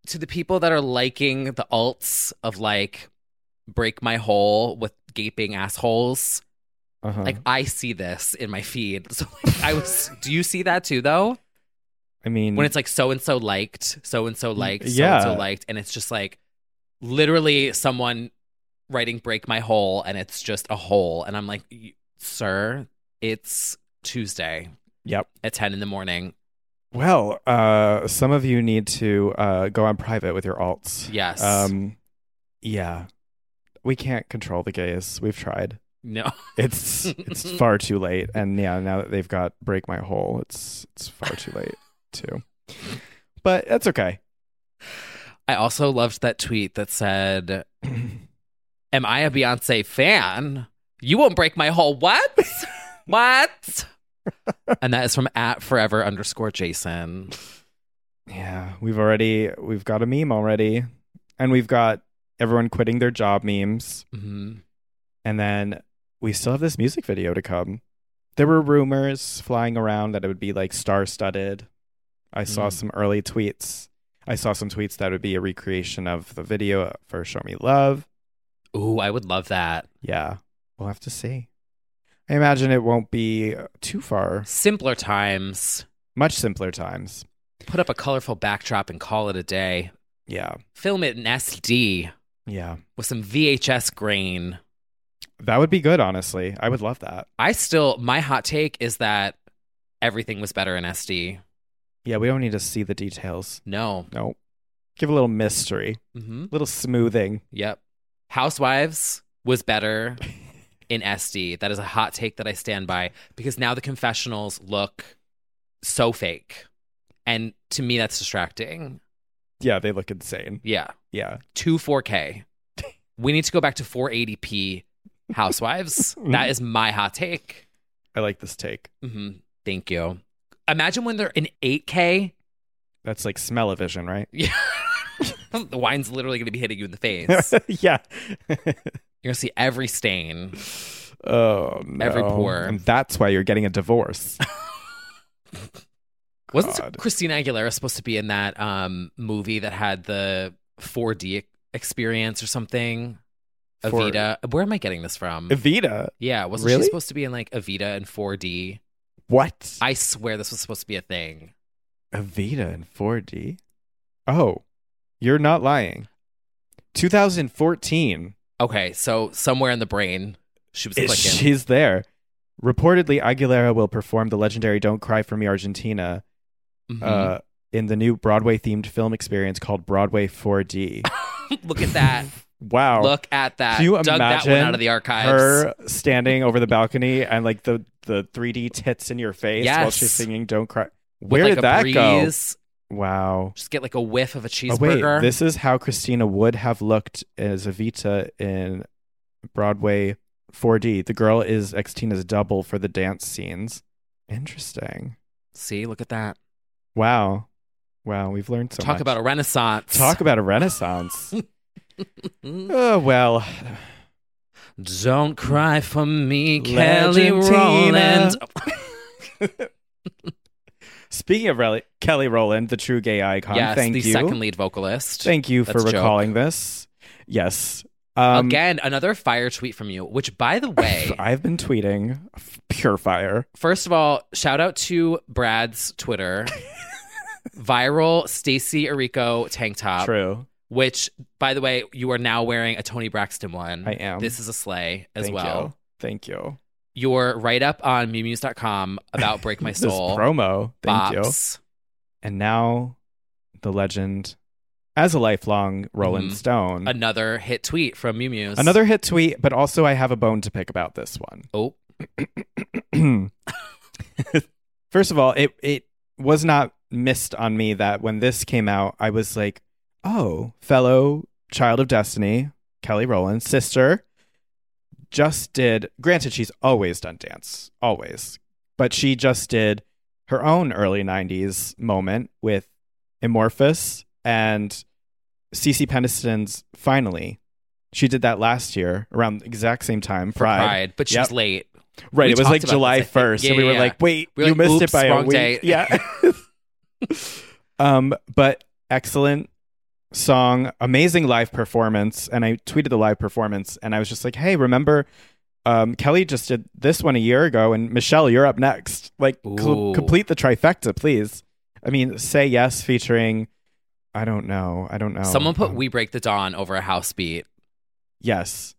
Speaker 2: to the people that are liking the alts of like, break my hole with gaping assholes,
Speaker 3: Uh-huh.
Speaker 2: like, I see this in my feed. So, like, I was, do you see that too, though?
Speaker 3: I mean,
Speaker 2: when it's like so and so liked, so and so liked, so
Speaker 3: Mm. yeah.
Speaker 2: and so liked, and it's just like literally someone writing "break my hole" and it's just a hole, and I'm like, "Y- sir, it's Tuesday
Speaker 3: yep.
Speaker 2: at ten in the morning.
Speaker 3: Well, uh, some of you need to uh, go on private with your alts.
Speaker 2: Yes.
Speaker 3: Um, yeah. We can't control the gays. We've tried.
Speaker 2: No,
Speaker 3: It's it's far too late. And yeah, now that they've got Break My Hole, it's it's far too late too. But that's okay.
Speaker 2: I also loved that tweet that said, "Am I a Beyonce fan? You won't break my hole. What? what?" and that is from at forever underscore Jason.
Speaker 3: Yeah, we've already we've got a meme already, and we've got everyone quitting their job memes,
Speaker 2: hmm
Speaker 3: and then we still have this music video to come. There were rumors flying around that it would be like star-studded. I saw
Speaker 2: Mm.
Speaker 3: some early tweets. I saw some tweets that would be a recreation of the video for "Show Me Love."
Speaker 2: Ooh, I would love that.
Speaker 3: Yeah, we'll have to see. I imagine it won't be uh, too far.
Speaker 2: Simpler times.
Speaker 3: Much simpler times.
Speaker 2: put up a colorful backdrop and call it a day.
Speaker 3: Yeah,
Speaker 2: Film it in SD
Speaker 3: yeah,
Speaker 2: with some VHS grain.
Speaker 3: that would be good. Honestly, I would love that.
Speaker 2: I still, my hot take is that everything was better in SD.
Speaker 3: Yeah, we don't need to see the details.
Speaker 2: No.
Speaker 3: No. Give a little mystery,
Speaker 2: Mm-hmm.
Speaker 3: a little smoothing.
Speaker 2: Yep. Housewives was better in SD. That is a hot take that I stand by because now the confessionals look so fake. And to me, that's distracting.
Speaker 3: Yeah, they look insane.
Speaker 2: Yeah.
Speaker 3: Yeah.
Speaker 2: Two 4K. We need to go back to 480p housewives.
Speaker 3: Mm-hmm.
Speaker 2: that is my hot take.
Speaker 3: I like this take.
Speaker 2: hmm Thank you. Imagine when they're in 8K.
Speaker 3: That's like smell of vision, right?
Speaker 2: Yeah. the wine's literally going to be hitting you in the face. You're
Speaker 3: yeah.
Speaker 2: going to see every stain.
Speaker 3: oh, no.
Speaker 2: Every pore.
Speaker 3: And that's why you're getting a divorce.
Speaker 2: Wasn't
Speaker 3: God.
Speaker 2: Christina Aguilera supposed to be in that um, movie that had the 4D e- experience or something?
Speaker 3: For-
Speaker 2: Evita. Where am I getting this from?
Speaker 3: Evita.
Speaker 2: yeah, wasn't she
Speaker 3: Really?
Speaker 2: supposed to be in like Evita and 4D?
Speaker 3: What?
Speaker 2: I swear this was supposed to be a thing.
Speaker 3: Evita in 4D? Oh, you're not lying. 2014.
Speaker 2: Okay, so somewhere in the brain, she was
Speaker 3: Is-
Speaker 2: clicking.
Speaker 3: She's there. Reportedly, Aguilera will perform the legendary Don't Cry for Me Argentina
Speaker 2: Mhm.
Speaker 3: uh, in the new Broadway themed film experience called Broadway 4D.
Speaker 2: Look at that.
Speaker 3: wow.
Speaker 2: Look at that.
Speaker 3: Can you
Speaker 2: Dug that
Speaker 3: imagine
Speaker 2: one out of the archives.
Speaker 3: her standing over the balcony and like the, the 3D tits in your face while
Speaker 2: Yes.
Speaker 3: she's singing Don't Cry.
Speaker 2: With,
Speaker 3: Where
Speaker 2: like,
Speaker 3: did
Speaker 2: a
Speaker 3: that go?
Speaker 2: breeze,
Speaker 3: Wow.
Speaker 2: Just get like a whiff of a
Speaker 3: Oh, wait,
Speaker 2: cheeseburger.
Speaker 3: this is how Christina would have looked as Evita in Broadway 4D. The girl is Xtina's double for the dance scenes. Interesting.
Speaker 2: See, look at that.
Speaker 3: Wow. Wow, we've learned so
Speaker 2: Talk
Speaker 3: much.
Speaker 2: about a renaissance. Mm-hmm.
Speaker 3: Talk about a renaissance. oh, well.
Speaker 2: Don't cry for me, Kelly
Speaker 3: Legendina.
Speaker 2: Rowland.
Speaker 3: Speaking of Rel- Kelly Rowland, the true gay icon,
Speaker 2: yes,
Speaker 3: thank
Speaker 2: the
Speaker 3: you.
Speaker 2: second lead vocalist.
Speaker 3: Thank you for
Speaker 2: That's a joke.
Speaker 3: recalling this. Yes. Um,
Speaker 2: Again, another fire tweet from you, which, by the way,
Speaker 3: I've been tweeting f- pure fire.
Speaker 2: first of all, shout out to Brad's Twitter. Viral Stacy Arico tank top.
Speaker 3: True.
Speaker 2: Which, by the way, you are now wearing a Tony Braxton one.
Speaker 3: I am.
Speaker 2: This is a sleigh as
Speaker 3: Thank
Speaker 2: well.
Speaker 3: You. Thank you.
Speaker 2: your write up on mumuse.com about Break My Soul.
Speaker 3: This promo. Thank you.
Speaker 2: bops.
Speaker 3: And now the legend, as a lifelong Rolling
Speaker 2: Mhm.
Speaker 3: Stone.
Speaker 2: Another hit tweet from Mumuse.
Speaker 3: Another hit tweet, but also I have a bone to pick about this one.
Speaker 2: Oh,
Speaker 3: First of all, it it was not missed on me that when this came out, I was like, oh, fellow Child of Destiny, Kelly Rowland, sister, just did. Granted, she's always done dance, always, but she just did her own early 90s moment with Amorphous and Cece Peniston's Finally. She did that last year around the exact same time,
Speaker 2: for
Speaker 3: Pride.
Speaker 2: Pride, but she
Speaker 3: Yep.
Speaker 2: was late.
Speaker 3: Right,
Speaker 2: We
Speaker 3: it was like
Speaker 2: talked about
Speaker 3: July
Speaker 2: this, I think.
Speaker 3: first,
Speaker 2: Yeah,
Speaker 3: and we
Speaker 2: yeah,
Speaker 3: were
Speaker 2: yeah.
Speaker 3: like, "Wait,
Speaker 2: We were
Speaker 3: you
Speaker 2: like, "Oops,
Speaker 3: missed it by a
Speaker 2: wrong
Speaker 3: week."
Speaker 2: date.
Speaker 3: Yeah. um, but excellent song, amazing live performance, and I tweeted the live performance, and I was just like, "Hey, remember?" Um, Kelly just did this one a year ago, and Michelle, you're up next. Like,
Speaker 2: Ooh.
Speaker 3: cl- complete the trifecta, please. I mean, say yes featuring. I don't know. I don't know.
Speaker 2: Someone put
Speaker 3: Um,
Speaker 2: "We Break the Dawn" over a house beat.
Speaker 3: yes.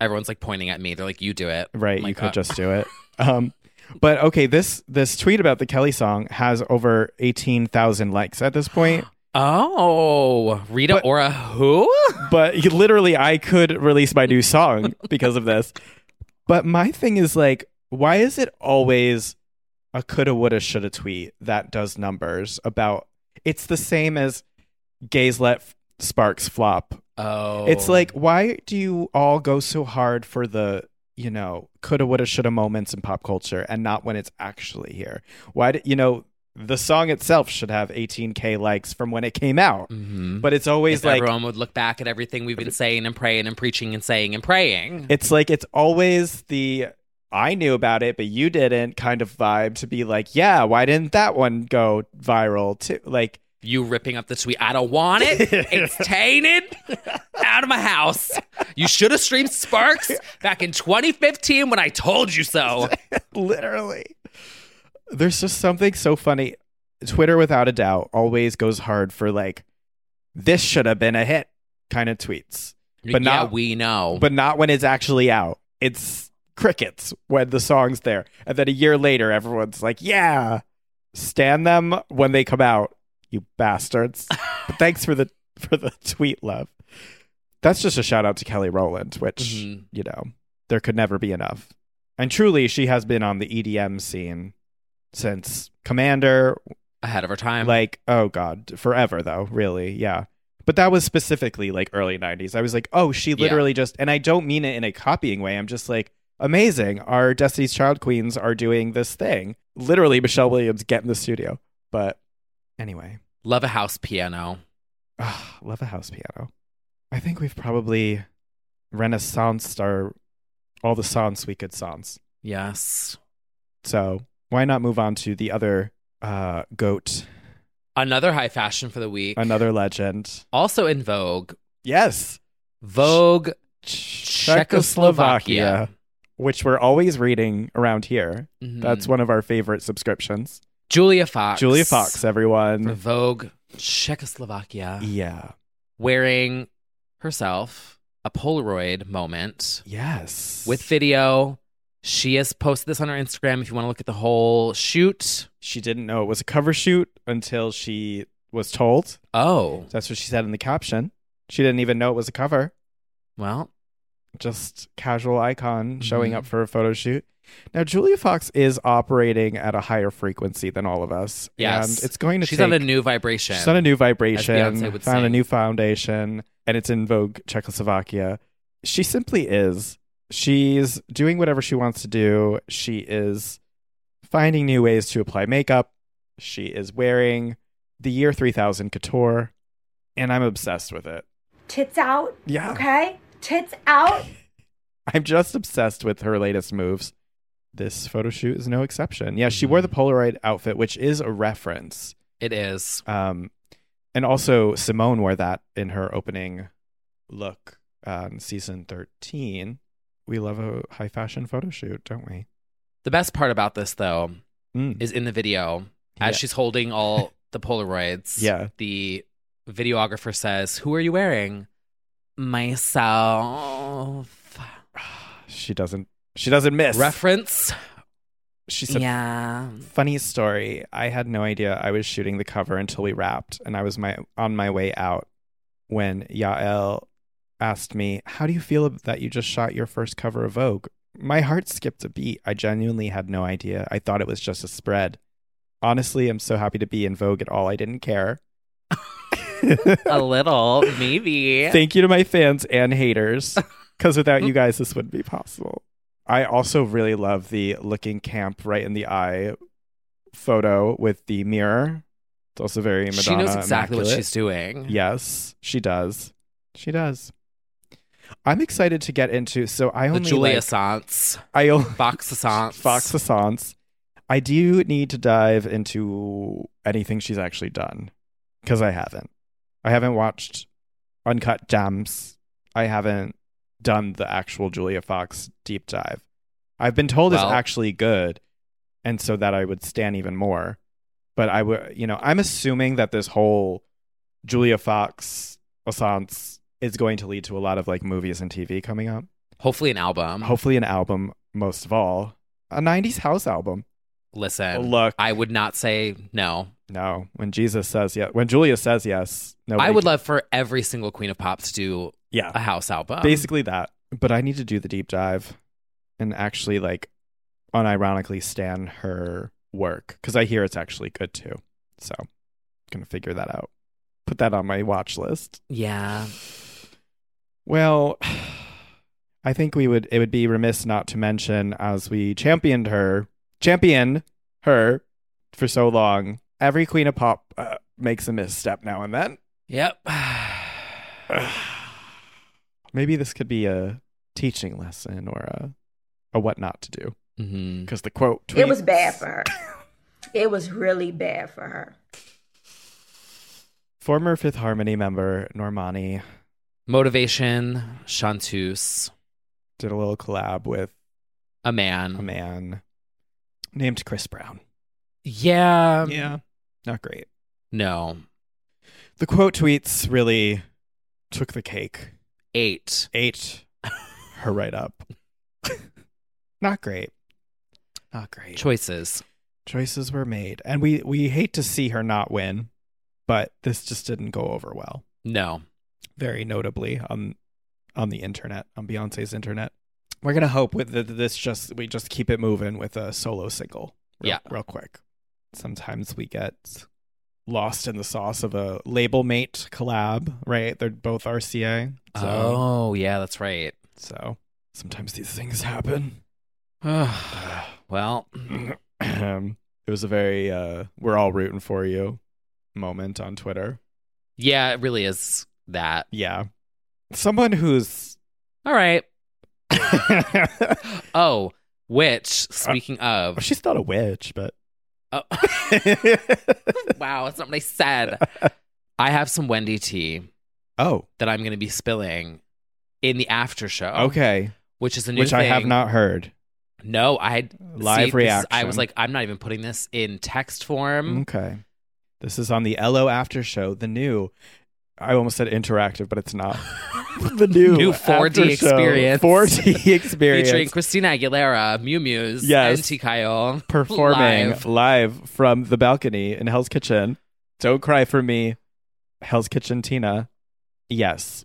Speaker 2: Everyone's like pointing at me. They're like, "You do it."
Speaker 3: Right,
Speaker 2: I'm
Speaker 3: you
Speaker 2: like,
Speaker 3: could
Speaker 2: uh,
Speaker 3: just do it. Um, but okay, this this tweet about the Kelly song has over eighteen thousand likes at this point.
Speaker 2: Oh, Rita
Speaker 3: But-
Speaker 2: Ora, who?
Speaker 3: But you- literally, I could release my new song because of this. But my thing is like, why is it always a coulda, woulda, shoulda tweet that does numbers about? It's the same as gays let f- sparks flop
Speaker 2: Oh,
Speaker 3: It's like, why do you all go so hard for the, you know, coulda, woulda, shoulda moments in pop culture and not when it's actually here? Why, do, you know, the song itself should have 18K likes from when it came out,
Speaker 2: Mhm.
Speaker 3: but Mm-hmm. it's always
Speaker 2: If
Speaker 3: like,
Speaker 2: everyone would look back at everything we've been saying and praying and preaching and saying and praying.
Speaker 3: it's like, it's always the, I knew about it, but you didn't kind of vibe to be like, yeah, why didn't that one go viral too? Like,
Speaker 2: you ripping up the tweet. I don't want it. It's tainted. Out of my house. You should have streamed Sparks back in 2015 when I told you so.
Speaker 3: literally there's just something so funny twitter without a doubt always goes hard for like this should have been a hit kind of tweets But
Speaker 2: yeah,
Speaker 3: not-
Speaker 2: we know.
Speaker 3: but not when it's actually out it's crickets when the song's there and then a year later everyone's like yeah stand them when they come out you bastards but thanks for the for the tweet love that's just a shout out to kelly rowland which
Speaker 2: Mhm.
Speaker 3: you know there could never be enough and truly she has been on the edm scene since commander
Speaker 2: ahead of her time.
Speaker 3: like oh god forever though really yeah but that was specifically like early 90s i was like oh she
Speaker 2: Yeah.
Speaker 3: literally just and i don't mean it in a copying way i'm just like amazing our destiny's child queens are doing this thing literally michelle williams get in the studio but anyway
Speaker 2: Love a house piano.
Speaker 3: ah, love a house piano i think we've probably renaissanced our all the songs we could songs
Speaker 2: Yes.
Speaker 3: so why not move on to the other uh goat
Speaker 2: Another high fashion for the week.
Speaker 3: another legend
Speaker 2: also in Vogue.
Speaker 3: yes
Speaker 2: Vogue.
Speaker 3: Czechoslovakia, which we're always reading around here.
Speaker 2: Mhm.
Speaker 3: That's one of our favorite subscriptions.
Speaker 2: Julia Fox.
Speaker 3: Julia Fox,
Speaker 2: For
Speaker 3: everyone.
Speaker 2: Vogue Czechoslovakia.
Speaker 3: Yeah.
Speaker 2: Wearing herself a Polaroid moment.
Speaker 3: Yes.
Speaker 2: with video. She has posted this on her Instagram if you want to look at the whole shoot.
Speaker 3: she didn't know it was a cover shoot until she was told.
Speaker 2: Oh,
Speaker 3: That's what she said in the caption. She didn't even know it was a cover.
Speaker 2: well,
Speaker 3: Just casual icon showing
Speaker 2: Mhm.
Speaker 3: up for a photo shoot. Now Julia Fox is operating at a higher frequency than all of us.
Speaker 2: Yes.
Speaker 3: And it's going to
Speaker 2: she's
Speaker 3: take
Speaker 2: on a new vibration.
Speaker 3: She's on a new
Speaker 2: As
Speaker 3: vibration.
Speaker 2: Beyonce would
Speaker 3: Found a
Speaker 2: say.
Speaker 3: new foundation, and it's in Vogue Czechoslovakia. She simply is. She's doing whatever she wants to do. She is finding new ways to apply makeup. She is wearing the year 3000 couture, and I'm obsessed with it.
Speaker 5: Tits out.
Speaker 3: Yeah.
Speaker 5: Okay? Tits out.
Speaker 3: I'm just obsessed with her latest moves. This photo shoot is no exception. Yeah, she wore
Speaker 2: Mm-hmm.
Speaker 3: the Polaroid outfit, which is a reference
Speaker 2: it is.
Speaker 3: Um, and also Simone wore that in her opening look on season thirteen. We love a high fashion photo shoot, don't we?
Speaker 2: The best part about this, though,
Speaker 3: Mm.
Speaker 2: is in the video as
Speaker 3: Yeah.
Speaker 2: she's holding all the Polaroids.
Speaker 3: Yeah.
Speaker 2: The videographer says, Who are you wearing? Myself.
Speaker 3: She doesn't. She doesn't miss.
Speaker 2: Reference.
Speaker 3: she said,
Speaker 2: yeah.
Speaker 3: "Funny story. I had no idea I was shooting the cover until we wrapped, and I was my on my way out when Yael asked me, "How do you feel that you just shot your first cover of Vogue?" My heart skipped a beat. I genuinely had no idea. I thought it was just a spread. honestly am so happy to be in Vogue at all. I didn't care.
Speaker 2: a little, maybe.
Speaker 3: Thank you to my fans and haters, because without you guys, this wouldn't be possible. I also really love the looking camp right in the eye photo with the mirror. It's also very Madonna.
Speaker 2: she knows exactly what
Speaker 3: immaculate.
Speaker 2: she's doing.
Speaker 3: Yes, she does. She does. I'm excited to get into. So I
Speaker 2: The
Speaker 3: only
Speaker 2: Julia
Speaker 3: like,
Speaker 2: Sants,
Speaker 3: I only
Speaker 2: Fox Sants,
Speaker 3: Fox Assance. I do need to dive into anything she's actually done because I haven't. I haven't watched Uncut Gems. I haven't done the actual Julia Fox deep dive. I've been told
Speaker 2: Well-
Speaker 3: it's actually good, and so that I would stand even more. But I would, you know, I'm assuming that this whole Julia Fox Assance is going to lead to a lot of like movies and TV coming up
Speaker 2: Hopefully, an album.
Speaker 3: hopefully an album most of all a 90s house album
Speaker 2: Listen,
Speaker 3: look
Speaker 2: I would not say no.
Speaker 3: no when jesus says yes when julia says yes no
Speaker 2: I would love for every single Queen of Pop to do
Speaker 3: yeah
Speaker 2: a um, house album.
Speaker 3: basically that but i need to do the deep dive and actually like unironically stan her work because i hear it's actually good too so gonna figure that out put that on my watch list
Speaker 2: Yeah.
Speaker 3: Well, I think we would it would be remiss not to mention as we championed her, championed her for so long. Every queen of pop uh, makes a misstep now and then.
Speaker 2: Yep.
Speaker 3: Maybe this could be a teaching lesson or a a what not to do
Speaker 2: hmm
Speaker 3: because the quote
Speaker 5: It was
Speaker 3: tweets-
Speaker 5: bad for her. It was really bad for her.
Speaker 3: Former Fifth Harmony member Normani
Speaker 2: Motivation, Chanteuse,
Speaker 3: did a little collab with
Speaker 2: a man.
Speaker 3: a man named Chris Brown.
Speaker 2: Yeah.
Speaker 3: not great.
Speaker 2: No.
Speaker 3: The quote tweets really took the cake.
Speaker 2: Eight.
Speaker 3: Eight, her right up. Not great. Not great.
Speaker 2: Choices.
Speaker 3: Choices were made, and we we hate to see her not win, but this just didn't go over well.
Speaker 2: No.
Speaker 3: Very notably on on the internet, on Beyonce's internet. We're gonna hope with th- this just we just keep it moving with a solo single. Real,
Speaker 2: Yeah.
Speaker 3: real quick. Sometimes we get lost in the sauce of a label mate collab, right? They're both RCA. So.
Speaker 2: Oh, yeah, that's right.
Speaker 3: So sometimes these things happen.
Speaker 2: well,
Speaker 3: Um, it was a very uh, "we're all rooting for you" moment on Twitter.
Speaker 2: yeah, it really is that.
Speaker 3: Yeah, someone who's
Speaker 2: All right.
Speaker 3: well,
Speaker 2: Oh, which, speaking of.
Speaker 3: she's not a witch, but
Speaker 2: Oh, wow, that's not what I said. I have some Wendy tea
Speaker 3: oh,
Speaker 2: that I'm going to be spilling in the after show.
Speaker 3: okay,
Speaker 2: Which is Um, a new
Speaker 3: which I have
Speaker 2: thing.
Speaker 3: not heard.
Speaker 2: No, I had see, this
Speaker 3: Live
Speaker 2: is- I
Speaker 3: reaction. Mm,
Speaker 2: was like, hmm? I'm not even putting this in text form.
Speaker 3: Okay, this is on the LO After Show, the new. I almost said interactive, but it's not. the new
Speaker 2: New 4D
Speaker 3: after show,
Speaker 2: experience.
Speaker 3: 4D experience.
Speaker 2: Featuring Christina Aguilera, Mew Mew's,
Speaker 3: Yes.
Speaker 2: and T. Kyle.
Speaker 3: performing live.
Speaker 2: live.
Speaker 3: from the balcony in Hell's Kitchen. Don't cry for me, Hell's Kitchen Tina. Yes.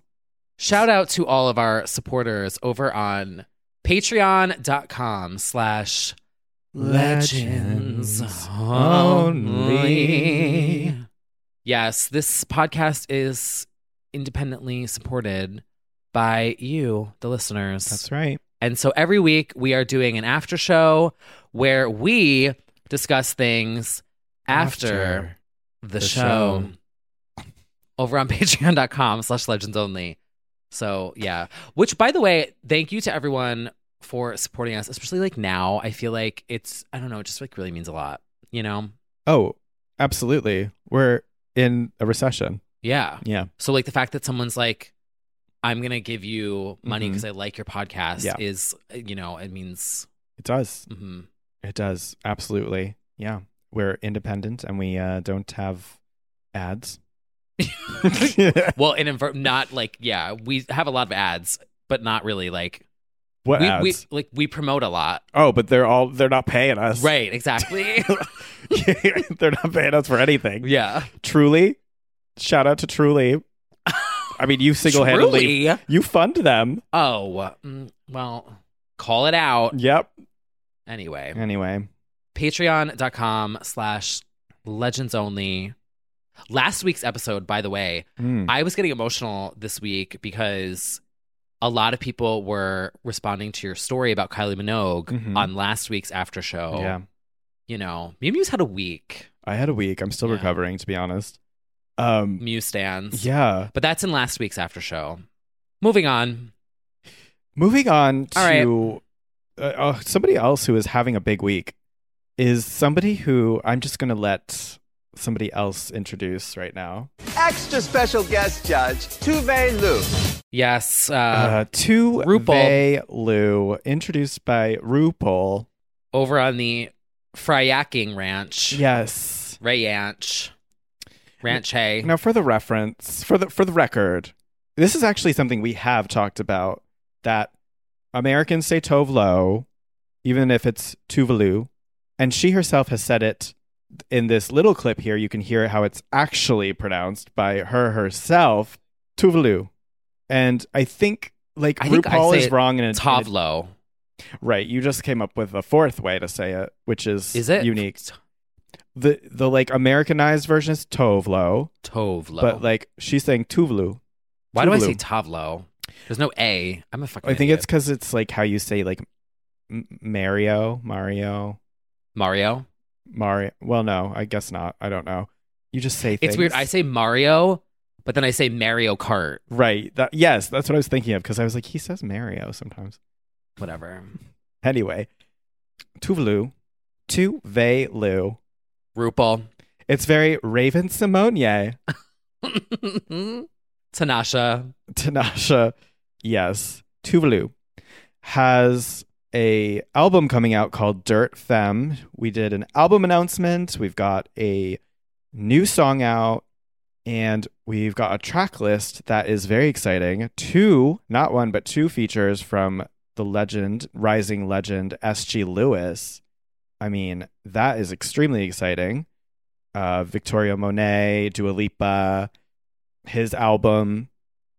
Speaker 2: Shout out to all of our supporters over on patreon.com slash legends
Speaker 3: Legends
Speaker 2: only.
Speaker 3: only.
Speaker 2: Yes, this podcast is independently supported by you, the listeners.
Speaker 3: That's right.
Speaker 2: And so every week we are doing an after show where we discuss things after, the,
Speaker 3: the
Speaker 2: show.
Speaker 3: show.
Speaker 2: over on patreon.com slash legends only. So yeah. Which by the way, thank you to everyone for supporting us, especially like now. I feel like it's I don't know, it just like really means a lot, you know?
Speaker 3: Oh, absolutely. We're in a recession.
Speaker 2: Yeah.
Speaker 3: Yeah.
Speaker 2: So like the fact that someone's like, I'm gonna give you money because I like your podcast
Speaker 3: Mm-hmm. Yeah.
Speaker 2: is you know, it means
Speaker 3: It does.
Speaker 2: mhm.
Speaker 3: It does. Absolutely. Yeah. We're independent and we uh, don't have ads.
Speaker 2: Well, and inver- not like yeah, we have a lot of ads, but not really like
Speaker 3: what
Speaker 2: we,
Speaker 3: ads?
Speaker 2: we like we promote a lot.
Speaker 3: oh, but they're all they're not paying us.
Speaker 2: Right, exactly.
Speaker 3: they're not paying us for anything.
Speaker 2: yeah.
Speaker 3: Truly, shout out to Truly. I mean, you single handedly
Speaker 2: Truly.
Speaker 3: you fund them.
Speaker 2: Oh, mm, well, call it out
Speaker 3: Yep.
Speaker 2: anyway.
Speaker 3: Anyway,
Speaker 2: Patreon.com slash Legends only. Last week's episode, by the way,
Speaker 3: Mm.
Speaker 2: I was getting emotional this week because a lot of people were responding to your story about Kylie Minogue
Speaker 3: Mhm.
Speaker 2: on last week's after show.
Speaker 3: Yeah.
Speaker 2: You know, Mew Mew's had a week.
Speaker 3: I had a week. I'm still
Speaker 2: Yeah.
Speaker 3: recovering, to be honest. Um,
Speaker 2: Mew stands.
Speaker 3: yeah.
Speaker 2: But that's in last week's after show. Moving on.
Speaker 3: Moving on to
Speaker 2: All right.
Speaker 3: uh, uh, somebody else who is having a big week is somebody who I'm just going to let somebody else introduce right now.
Speaker 8: Extra special guest judge, Tuve Lu.
Speaker 2: Yes. Uh,
Speaker 3: Uh, to
Speaker 2: RuPaul.
Speaker 3: Vey Lu, introduced by RuPaul.
Speaker 2: over on the Fryaking Ranch.
Speaker 3: Yes.
Speaker 2: Rayanch. Ranch Hay.
Speaker 3: Now, for the reference, for the for the record, this is actually something we have talked about that Americans say Tovlo, even if it's Tuvalu, and she herself has said it in this little clip here. You can hear how it's actually pronounced by her herself, Tuvalu, and I think like
Speaker 2: I think I
Speaker 3: RuPaul
Speaker 2: say
Speaker 3: is
Speaker 2: it
Speaker 3: wrong in a in a-
Speaker 2: Tavlo.
Speaker 3: Right, you just came up with a fourth way to say it, which is
Speaker 2: Is it?
Speaker 3: unique. The the like Americanized version is Tovlo,
Speaker 2: Tovlo.
Speaker 3: but like she's saying Tuvalu.
Speaker 2: Why do I
Speaker 3: Tuvalu.
Speaker 2: say Tavlo? There's no A. I'm a fucking
Speaker 3: I think
Speaker 2: idiot.
Speaker 3: it's because it's like how you say like M- Mario, Mario,
Speaker 2: Mario.
Speaker 3: Mario. Well, no, I guess not. I don't know. You just say things.
Speaker 2: It's weird. I say Mario, but then I say Mario Kart.
Speaker 3: right. That, yes, that's what I was thinking of because I was like, he says Mario sometimes.
Speaker 2: Whatever.
Speaker 3: Anyway, Tuvalu, Tuvalu.
Speaker 2: RuPaul.
Speaker 3: It's very Raven Simone,
Speaker 2: Tanasha.
Speaker 3: Tanasha. Yes, Tuvalu has a album coming out called Dirt Femme. We did an album announcement. We've got a new song out and we've got a track list that is very exciting. Two, not one, but two features from the legend, rising legend SG Lewis. I mean, that is extremely exciting. Uh, Victoria Monet, Dua Lipa, his album,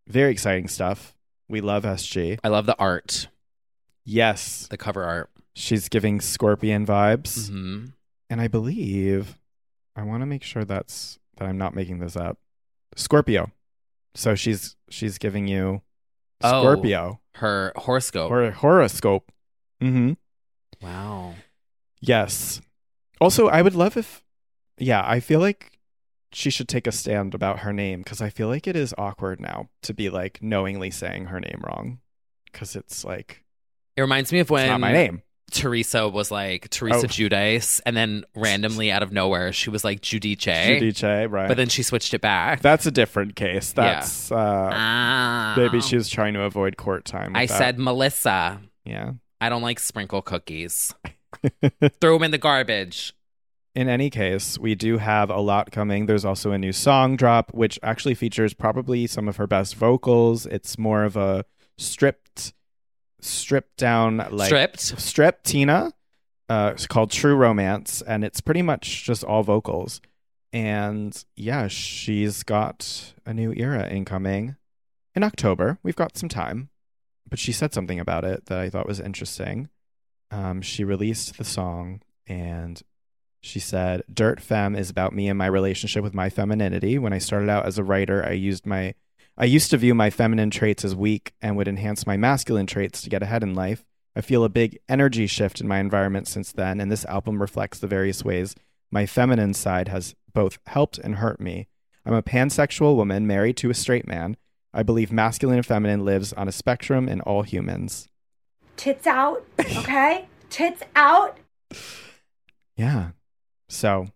Speaker 3: very exciting stuff. We love SG.
Speaker 2: I love the art,
Speaker 3: Yes,
Speaker 2: the cover art.
Speaker 3: she's giving Scorpion vibes
Speaker 2: hmm
Speaker 3: and I believe I want to make sure that's that I'm not making this up. Scorpio. So she's she's giving you
Speaker 2: Oh.
Speaker 3: Scorpio
Speaker 2: Her horoscope.
Speaker 3: or horoscope. Mhm.
Speaker 2: wow.
Speaker 3: Yes. Also, I would love if yeah, I feel like she should take a stand about her name cuz I feel like it is awkward now to be like knowingly saying her name wrong cuz it's like
Speaker 2: It reminds me of
Speaker 3: it's
Speaker 2: when
Speaker 3: not my name.
Speaker 2: Teresa was like Teresa
Speaker 3: Oh.
Speaker 2: Judice, and then randomly out of nowhere, she was like Judice.
Speaker 3: Judice, right.
Speaker 2: But then she switched it back.
Speaker 3: that's a different case.
Speaker 2: Yeah.
Speaker 3: That's uh
Speaker 2: ah.
Speaker 3: maybe she was trying to avoid court time. with
Speaker 2: I
Speaker 3: that.
Speaker 2: said, Melissa,
Speaker 3: Yeah.
Speaker 2: I don't like sprinkle cookies. Throw them in the garbage.
Speaker 3: In any case, we do have a lot coming. There's also a new song drop, which actually features probably some of her best vocals. It's more of a stripped, stripped down, like
Speaker 2: Stripped.
Speaker 3: stripped Tina. Uh, it's called True Romance, and it's pretty much just all vocals. And yeah, she's got a new era incoming in October. We've got some time, but she said something about it that I thought was interesting. Um, she released the song and she said, Dirt Femme is about me and my relationship with my femininity. When I started out as a writer, I used my I used to view my feminine traits as weak and would enhance my masculine traits to get ahead in life. I feel a big energy shift in my environment since then, and this album reflects the various ways my feminine side has both helped and hurt me. I'm a pansexual woman married to a straight man. I believe masculine and feminine lives on a spectrum in all humans.
Speaker 5: Tits out, okay? Tits out.
Speaker 3: Yeah. So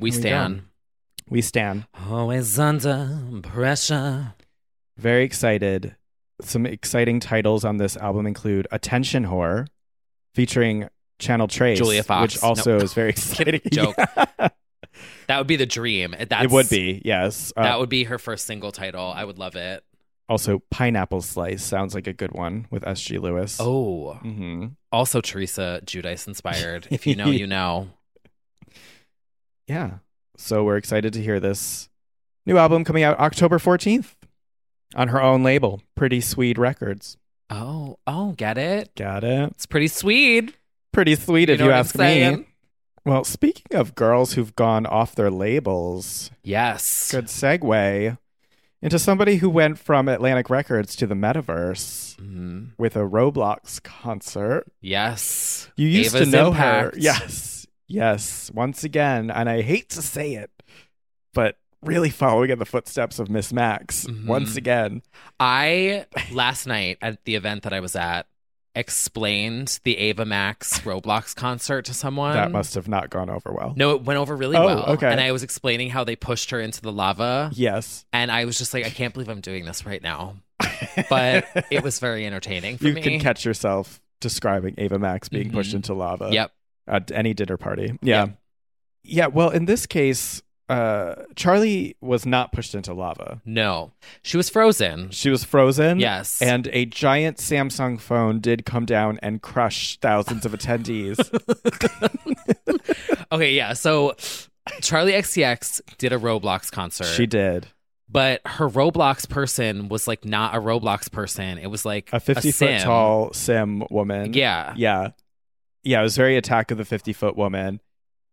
Speaker 2: We
Speaker 3: Here we
Speaker 2: stand.
Speaker 3: we stand.
Speaker 2: Always under pressure.
Speaker 3: Very excited. Some exciting titles on this album include Attention Whore, featuring Channel Trace,
Speaker 2: Julia Fox.
Speaker 3: which also
Speaker 2: No.
Speaker 3: is very exciting.
Speaker 2: Joke. That would be the dream. That's,
Speaker 3: it would be, yes. Uh,
Speaker 2: that would be her first single title. I would love it.
Speaker 3: also, Pineapple Slice sounds like a good one with S.G. Lewis.
Speaker 2: Oh,
Speaker 3: hmm
Speaker 2: also Teresa Judice inspired. If you know, you know.
Speaker 3: Yeah. So we're excited to hear this new album coming out October 14th on her own label, Pretty Sweet Records.
Speaker 2: Oh, oh, get it?
Speaker 3: Got it.
Speaker 2: It's pretty sweet.
Speaker 3: Pretty sweet
Speaker 2: You
Speaker 3: if
Speaker 2: know
Speaker 3: you
Speaker 2: what I'm
Speaker 3: ask me.
Speaker 2: saying?
Speaker 3: Well, speaking of girls who've gone off their labels,
Speaker 2: yes,
Speaker 3: good segue into somebody who went from Atlantic Records to the Metaverse mm-hmm. with a Roblox concert.
Speaker 2: Yes,
Speaker 3: you used
Speaker 2: Ava's
Speaker 3: to know
Speaker 2: impact.
Speaker 3: her. Yes, yes. Once again, and I hate to say it, but really following in the footsteps of Miss Max
Speaker 2: Mhm.
Speaker 3: once again.
Speaker 2: I last night at the event that I was at explained the Ava Max Roblox concert to someone.
Speaker 3: that must have not gone over well.
Speaker 2: No, it went over really
Speaker 3: Oh,
Speaker 2: well.
Speaker 3: okay.
Speaker 2: And I was explaining how they pushed her into the lava.
Speaker 3: Yes.
Speaker 2: And I was just like, I can't believe I'm doing this right now. But it was very entertaining for
Speaker 3: you
Speaker 2: me.
Speaker 3: can catch yourself describing Ava Max being pushed
Speaker 2: Mhm.
Speaker 3: into lava.
Speaker 2: Yep.
Speaker 3: At any dinner party. Yeah. Yeah. Well, in this case, uh, Charlie was not pushed into lava.
Speaker 2: No. She was frozen.
Speaker 3: She was frozen.
Speaker 2: Yes.
Speaker 3: And a giant Samsung phone did come down and crush thousands of attendees.
Speaker 2: Okay, yeah. So Charlie XCX did a Roblox concert.
Speaker 3: she did.
Speaker 2: But her Roblox person was like not a Roblox person. It was like
Speaker 3: A 50 foot
Speaker 2: sim.
Speaker 3: tall Sim woman.
Speaker 2: Yeah.
Speaker 3: Yeah. Yeah. It was very attack of the 50 foot woman.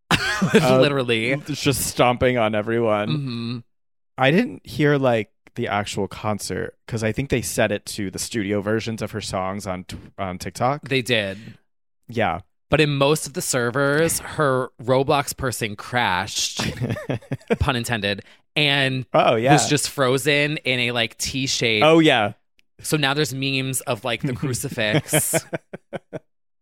Speaker 3: Uh,
Speaker 2: Literally.
Speaker 3: Just stomping on everyone.
Speaker 2: hmm
Speaker 3: I didn't hear like the actual concert because I think they set it to the studio versions of her songs on t- on TikTok.
Speaker 2: They did.
Speaker 3: Yeah,
Speaker 2: But in most of the servers, her Roblox person crashed, pun intended, and
Speaker 3: Oh, yeah.
Speaker 2: was just frozen in a like T shape.
Speaker 3: Oh yeah.
Speaker 2: So now there's memes of like the crucifix,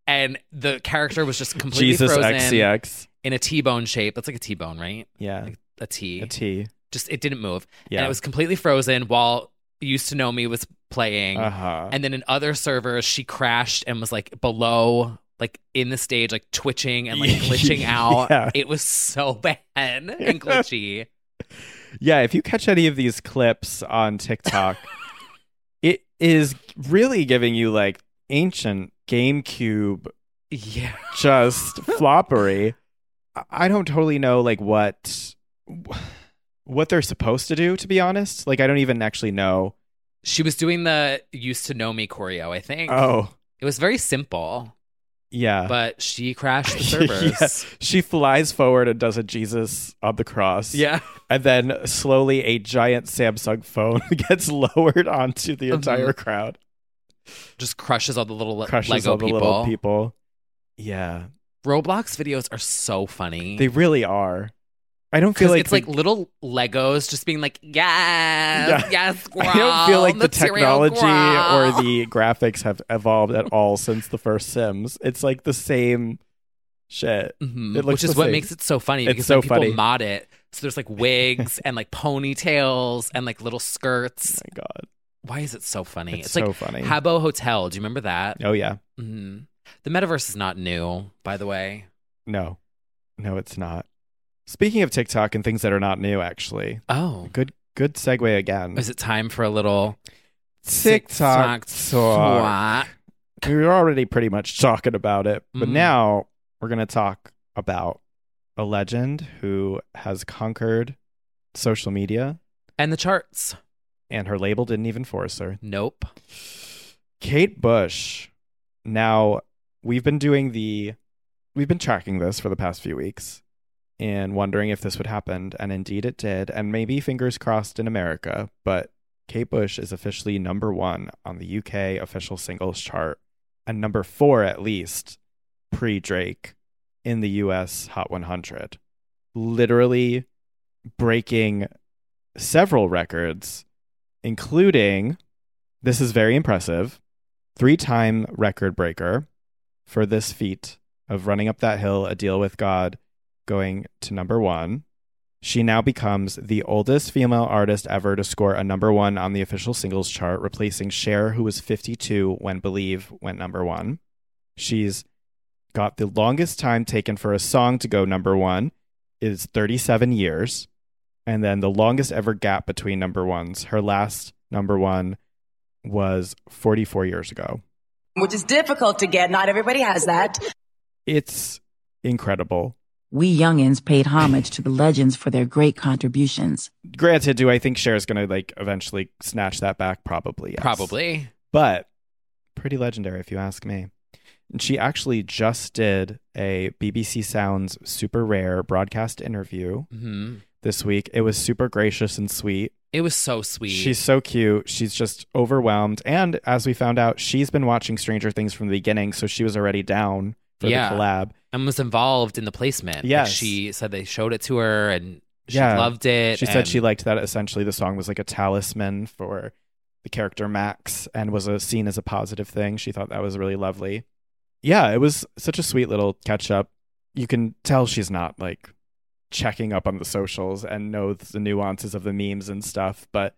Speaker 2: and the character was just completely
Speaker 3: Jesus
Speaker 2: frozen
Speaker 3: XCX.
Speaker 2: in a T bone shape. That's like a T bone, right?
Speaker 3: Yeah.
Speaker 2: A T.
Speaker 3: A T.
Speaker 2: Just it didn't move, and
Speaker 3: Yeah.
Speaker 2: it was completely frozen while "Used to Know Me" was playing.
Speaker 3: Uh huh.
Speaker 2: And then in other servers, she crashed and was like below, like in the stage, like twitching and like glitching out.
Speaker 3: Yeah.
Speaker 2: It was so bad and glitchy.
Speaker 3: Yeah, if you catch any of these clips on TikTok, it is really giving you like ancient GameCube
Speaker 2: yeah.
Speaker 3: just floppery. I- I don't totally know like what what they're supposed to do to be honest. Like I don't even actually know.
Speaker 2: She was doing the used to know me choreo, I think.
Speaker 3: Oh, Uh.
Speaker 2: It was very simple,
Speaker 3: yeah.
Speaker 2: but she crashed the
Speaker 3: Yeah.
Speaker 2: servers.
Speaker 3: She flies forward and does a Jesus on the cross.
Speaker 2: yeah.
Speaker 3: And then slowly a giant Samsung phone gets lowered onto
Speaker 2: Uh-huh.
Speaker 3: the entire crowd.
Speaker 2: Just crushes all the little le-
Speaker 3: Crushes
Speaker 2: Lego
Speaker 3: all the
Speaker 2: people.
Speaker 3: little people. Yeah.
Speaker 2: Roblox videos are so funny.
Speaker 3: They really are. I don't
Speaker 2: Mm.
Speaker 3: feel
Speaker 2: 'Cause
Speaker 3: like
Speaker 2: it's
Speaker 3: the-
Speaker 2: like little Legos just being like, yes,
Speaker 3: Yeah.
Speaker 2: yes, girl,
Speaker 3: I don't feel like the
Speaker 2: material
Speaker 3: technology
Speaker 2: girl."
Speaker 3: or the graphics have evolved at all since the first Sims. It's like the same shit.
Speaker 2: Mhm.
Speaker 3: It looks
Speaker 2: which is
Speaker 3: the
Speaker 2: what
Speaker 3: same.
Speaker 2: makes it so funny
Speaker 3: It's
Speaker 2: because
Speaker 3: so
Speaker 2: then people
Speaker 3: funny.
Speaker 2: mod it. So there's like wigs and like ponytails and like little skirts.
Speaker 3: Oh my god.
Speaker 2: Why is it so funny?
Speaker 3: It's so
Speaker 2: like
Speaker 3: funny.
Speaker 2: Habbo Hotel. Do you remember that?
Speaker 3: Oh yeah.
Speaker 2: Mhm. The metaverse is not new, by the way.
Speaker 3: No. No, it's not. Speaking of TikTok and things that are not new actually.
Speaker 2: Oh,
Speaker 3: Good good segue again.
Speaker 2: is it time for a little
Speaker 3: TikTok talk.
Speaker 2: talk?
Speaker 3: We were already pretty much talking about it, but
Speaker 2: Mhm.
Speaker 3: now we're going to talk about a legend who has conquered social media
Speaker 2: And the charts.
Speaker 3: and her label didn't even force her.
Speaker 2: Nope.
Speaker 3: Kate Bush. Now, we've been doing the we've been tracking this for the past few weeks and wondering if this would happen and indeed it did and maybe fingers crossed in America, but Kate Bush is officially number 1 on the UK official singles chart and number 4 at least pre-Drake in the US Hot 100. Literally breaking several records including this is very impressive. Three time record breaker for this feat of running up that hill, a deal with God, going to number one. She now becomes the oldest female artist ever to score a number one on the official singles chart, replacing Cher, who was 52 when Believe went number one. She's got the longest time taken for a song to go number one is 37 years. And then the longest ever gap between number ones. Her last number one was 44 years ago.
Speaker 5: Which is difficult to get. Not everybody has that.
Speaker 3: It's incredible.
Speaker 9: We youngins paid homage to the legends for their great contributions.
Speaker 3: Granted, do I think Cher's going to like eventually snatch that back? Probably. Yes.
Speaker 2: Probably.
Speaker 3: But pretty legendary if you ask me. And she actually just did a BBC Sounds super rare broadcast interview
Speaker 2: Mhm.
Speaker 3: this week. It was super gracious and sweet.
Speaker 2: It was so sweet.
Speaker 3: She's so cute. She's just overwhelmed. And as we found out, she's been watching Stranger Things from the beginning, so she was already down for the collab.
Speaker 2: and was involved in the placement. Like,
Speaker 3: Yes.
Speaker 2: she said they showed it to her and she loved it.
Speaker 3: She said
Speaker 2: and-
Speaker 3: she liked that essentially the song was like a talisman for the character Max and was a, seen as a positive thing. She thought that was really lovely. Yeah, it was such a sweet little catch up. You can tell she's not like checking up on the socials and knows the nuances of the memes and stuff, but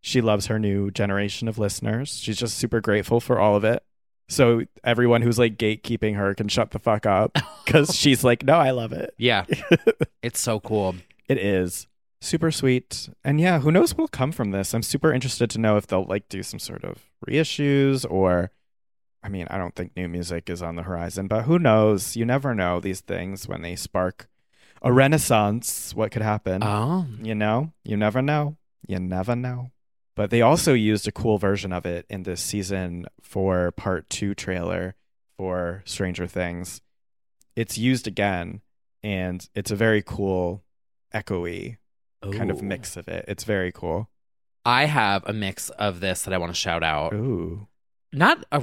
Speaker 3: she loves her new generation of listeners. She's just super grateful for all of it. So everyone who's like gatekeeping her can shut the fuck up because she's like, no, I love it.
Speaker 2: Yeah. it's so cool.
Speaker 3: It is super sweet. And yeah, who knows what'll come from this? I'm super interested to know if they'll like do some sort of reissues or I mean, I don't think new music is on the horizon, but who knows? You never know these things when they spark a renaissance, what could happen?
Speaker 2: Oh.
Speaker 3: You know? You never know. You never know. But they also used a cool version of it in this season for part 2 trailer for Stranger Things. It's used again and it's a very cool echoey kind of
Speaker 2: Ooh.
Speaker 3: mix of it. It's very cool.
Speaker 2: I have a mix of this that I want to shout out.
Speaker 3: Ooh.
Speaker 2: Not a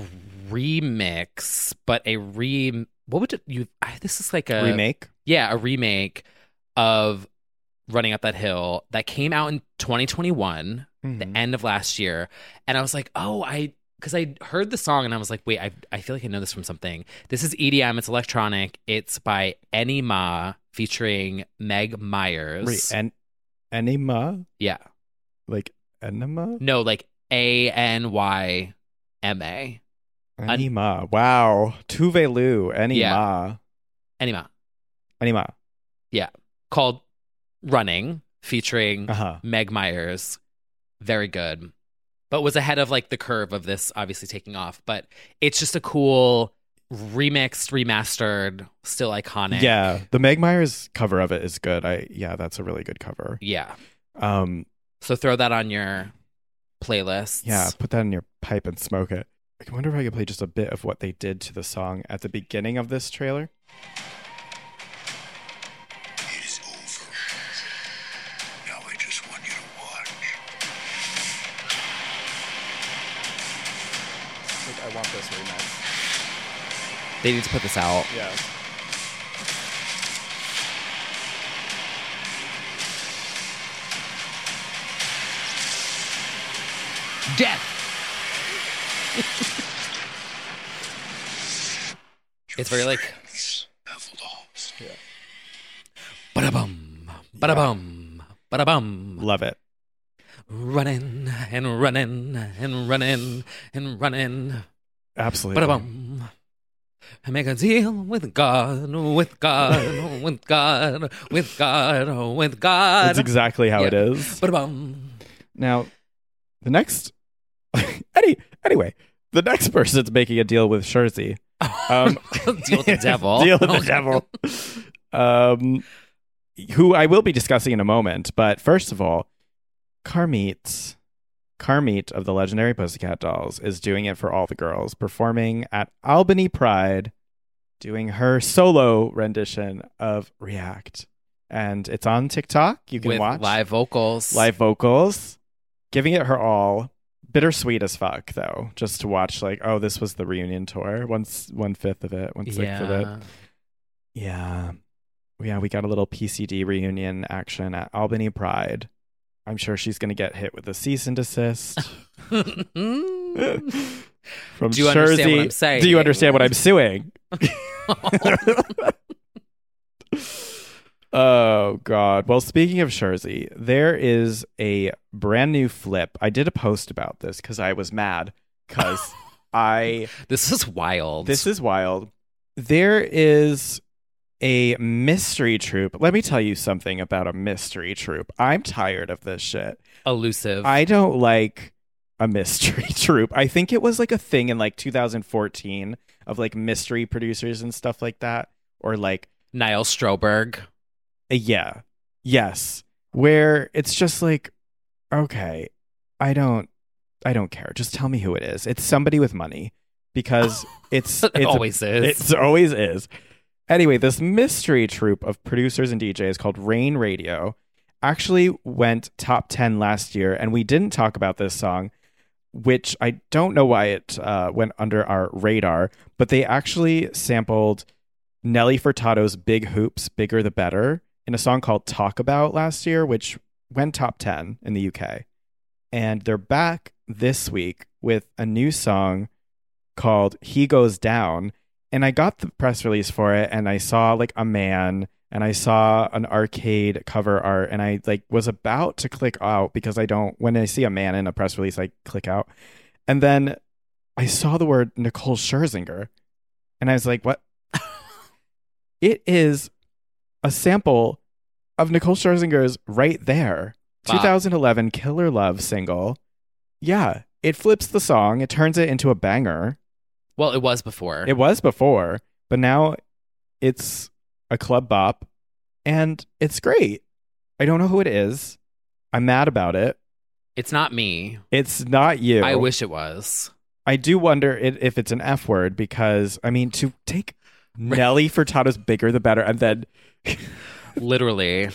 Speaker 2: remix, but a re. What would it- you? I, this is like a
Speaker 3: Remake?
Speaker 2: Yeah, a remake of Running Up That Hill that came out in 2021,
Speaker 3: Mm-hmm.
Speaker 2: the end of last year, and I was like, oh, I. Because I heard the song and I was like, wait, I, I feel like I know this from something. This is EDM. It's electronic. It's by Enima featuring Meg Myers.
Speaker 3: Re- en- enema?
Speaker 2: yeah.
Speaker 3: Like enema?
Speaker 2: No, like A N Y M A.
Speaker 3: Enema. Wow. Tuvelu. Enema.
Speaker 2: Anima.
Speaker 3: Enema.
Speaker 2: Yeah. Called Running, featuring
Speaker 3: Uh-huh.
Speaker 2: Meg Myers. Very good. But was ahead of like the curve of this obviously taking off. But it's just a cool remixed, remastered, still iconic.
Speaker 3: Yeah. The Meg Myers cover of it is good. I yeah, that's a really good cover.
Speaker 2: Yeah.
Speaker 3: Um
Speaker 2: So throw that on your playlist.
Speaker 3: yeah, put that in your pipe and smoke it. I wonder if I could play just a bit of what they did to the song at the beginning of this trailer.
Speaker 10: It is over. Now I just want you to watch.
Speaker 3: Like, I want this remix.
Speaker 2: They need to put this out.
Speaker 3: Yeah.
Speaker 2: Death. it's very like. Ba bum, ba bum, ba bum.
Speaker 3: Love it.
Speaker 2: Running and running and running and running.
Speaker 3: Absolutely.
Speaker 2: Ba bum. I make a deal with God, with God, with God, with God, with God.
Speaker 3: That's exactly how it is.
Speaker 2: Ba bum.
Speaker 3: Now, the next any anyway, the next person's making a deal with Scherzi. Um,
Speaker 2: Deal with the devil.
Speaker 3: deal with the devil. Um, who I will be discussing in a moment, but first of all, Carmeet, Carmeet of the legendary Pussycat Dolls is doing it for all the girls, performing at Albany Pride, doing her solo rendition of React, and it's on TikTok. You can
Speaker 2: With
Speaker 3: watch
Speaker 2: live vocals.
Speaker 3: live vocals, giving it her all. Bittersweet as fuck, though, just to watch like, oh, this was the reunion tour. Once one fifth of it, one sixth of
Speaker 2: Yeah.
Speaker 3: it. Yeah. Yeah, we got a little PCD reunion action at Albany Pride. I'm sure she's gonna get hit with a cease and desist from
Speaker 2: Do you understand what
Speaker 3: Jersey.
Speaker 2: I'm saying?
Speaker 3: Do you understand what I'm suing? Oh God! Well, speaking of Jersey, there is a brand new flip. I did a post about this because I was mad because I
Speaker 2: This is wild.
Speaker 3: this is wild. There is a mystery troop. Let me tell you something about a mystery troop. I'm tired of this shit.
Speaker 2: elusive.
Speaker 3: I don't like a mystery troop. I think it was like a thing in like 2014 of like mystery producers and stuff like that, or like
Speaker 2: Niall Stroberg.
Speaker 3: uh, yeah. Yes. Where it's just like, okay, I don't I don't care. Just tell me who it is. It's somebody with money. because it's,
Speaker 2: It
Speaker 3: it's
Speaker 2: always is.
Speaker 3: It always is. Anyway, this mystery troupe of producers and DJs called Rain Radio actually went top 10 last year, and we didn't talk about this song, which I don't know why it uh, went under our radar, but they actually sampled Nelly Furtado's Big Hoops, Bigger the Better, in a song called Talk About last year, which went top 10 in the UK. And they're back this week with a new song called He Goes Down. And I got the press release for it and I saw like a man and I saw an arcade cover art and I like was about to click out because I don't when I see a man in a press release I click out. And then I saw the word Nicole Scherzinger and I was like, "What? it is a sample of Nicole Scherzinger's Right There,
Speaker 2: Wow.
Speaker 3: 2011 Killer Love single. Yeah, it flips the song, it turns it into a banger.
Speaker 2: Well, it was before.
Speaker 3: It was before, but now it's a club bop and it's great. I don't know who it is. I'm mad about it.
Speaker 2: It's not me.
Speaker 3: It's not you.
Speaker 2: I wish it was.
Speaker 3: I do wonder i- if it's an F word because, I mean, to take Nelly Furtado's bigger the better and then
Speaker 2: Literally.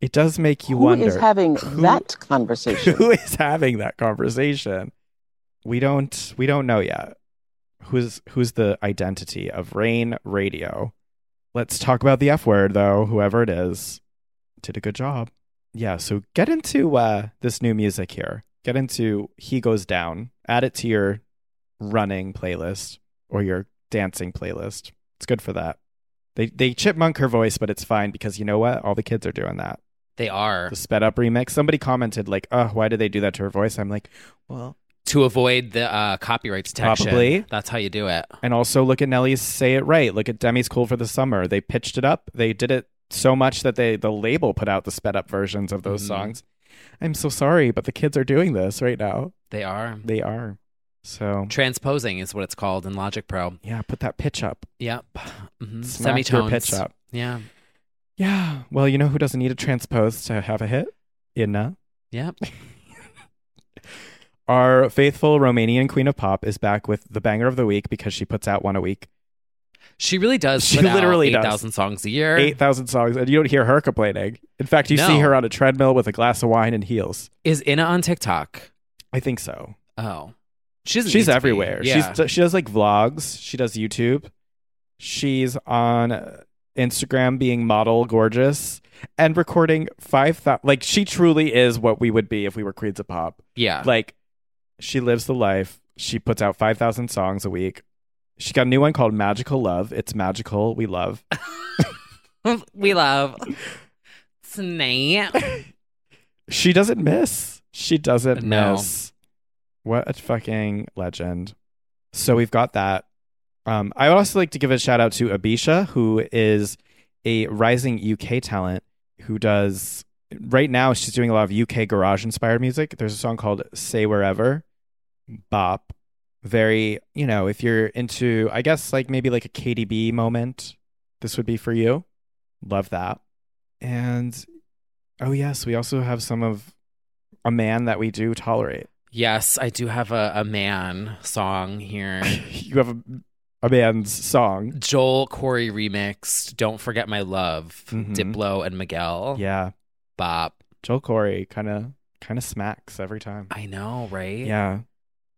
Speaker 3: it does make you
Speaker 7: Who
Speaker 3: wonder
Speaker 7: is having
Speaker 3: who-
Speaker 7: that conversation?
Speaker 3: who is having that conversation we don't we don't know yet who's who's the identity of rain radio let's talk about the f word though whoever it is did a good job yeah so get into uh this new music here get into he goes down add it to your running playlist or your dancing playlist it's good for that they they chipmunk her voice but it's fine because you know what all the kids are doing that
Speaker 2: They are.
Speaker 3: the sped up remix. Somebody commented like, "Oh, why did they do that to her voice?" I'm like, "Well,"
Speaker 2: To avoid the uh, copyright detection.
Speaker 3: Probably.
Speaker 2: That's how you do it.
Speaker 3: and also look at Nelly's "Say It Right." Look at Demi's "Cool for the Summer." They pitched it up. They did it so much that they the label put out the sped up versions of those
Speaker 2: Mhm.
Speaker 3: songs. I'm so sorry, but the kids are doing this right now.
Speaker 2: They are.
Speaker 3: They are. So
Speaker 2: Transposing is what it's called in Logic Pro.
Speaker 3: yeah, put that pitch up.
Speaker 2: Yep. Mm-hmm.
Speaker 3: Smack your pitch up.
Speaker 2: Yeah.
Speaker 3: Yeah. Well, you know who doesn't need a transpose to have a hit? Inna.
Speaker 2: Yep.
Speaker 3: Our faithful Romanian queen of pop is back with the banger of the week because she puts out one a week.
Speaker 2: She really does.
Speaker 3: She
Speaker 2: She put
Speaker 3: literally
Speaker 2: literally
Speaker 3: does.
Speaker 2: out 8,000 songs a year.
Speaker 3: eight thousand songs, and you don't hear her complaining. In fact, you see
Speaker 2: No.
Speaker 3: her on a treadmill with a glass of wine and heels.
Speaker 2: Is Inna on TikTok?
Speaker 3: I think so.
Speaker 2: Oh. She doesn't need
Speaker 3: She's
Speaker 2: to be.
Speaker 3: everywhere.
Speaker 2: Yeah.
Speaker 3: She's she does like vlogs. She does YouTube. She's on uh, Instagram, being model gorgeous and recording five thousand. Like she truly is what we would be if we were queens of pop.
Speaker 2: yeah.
Speaker 3: Like she lives the life. She puts out 5,000 songs a week. She got a new one called Magical Love. It's magical. We love.
Speaker 2: we love Snap.
Speaker 3: She doesn't miss. She doesn't
Speaker 2: No.
Speaker 3: miss. What a fucking legend. So we've got that. Um, I would also like to give a shout out to Abisha, who is a rising UK talent who does right now she's doing a lot of UK garage inspired music. There's a song called Say Wherever Bop. Very, you know, if you're into I guess like maybe like a KDB moment, this would be for you. Love that. And oh yes, we also have some of a man that we do tolerate.
Speaker 2: Yes, I do have a, a man song here.
Speaker 3: you have a, a man's song.
Speaker 2: Joel Corey remixed Don't Forget My Love,
Speaker 3: Mhm.
Speaker 2: Diplo and Miguel.
Speaker 3: Yeah.
Speaker 2: Bop.
Speaker 3: Joel Corey kind of kind of smacks every time.
Speaker 2: I know, right?
Speaker 3: Yeah.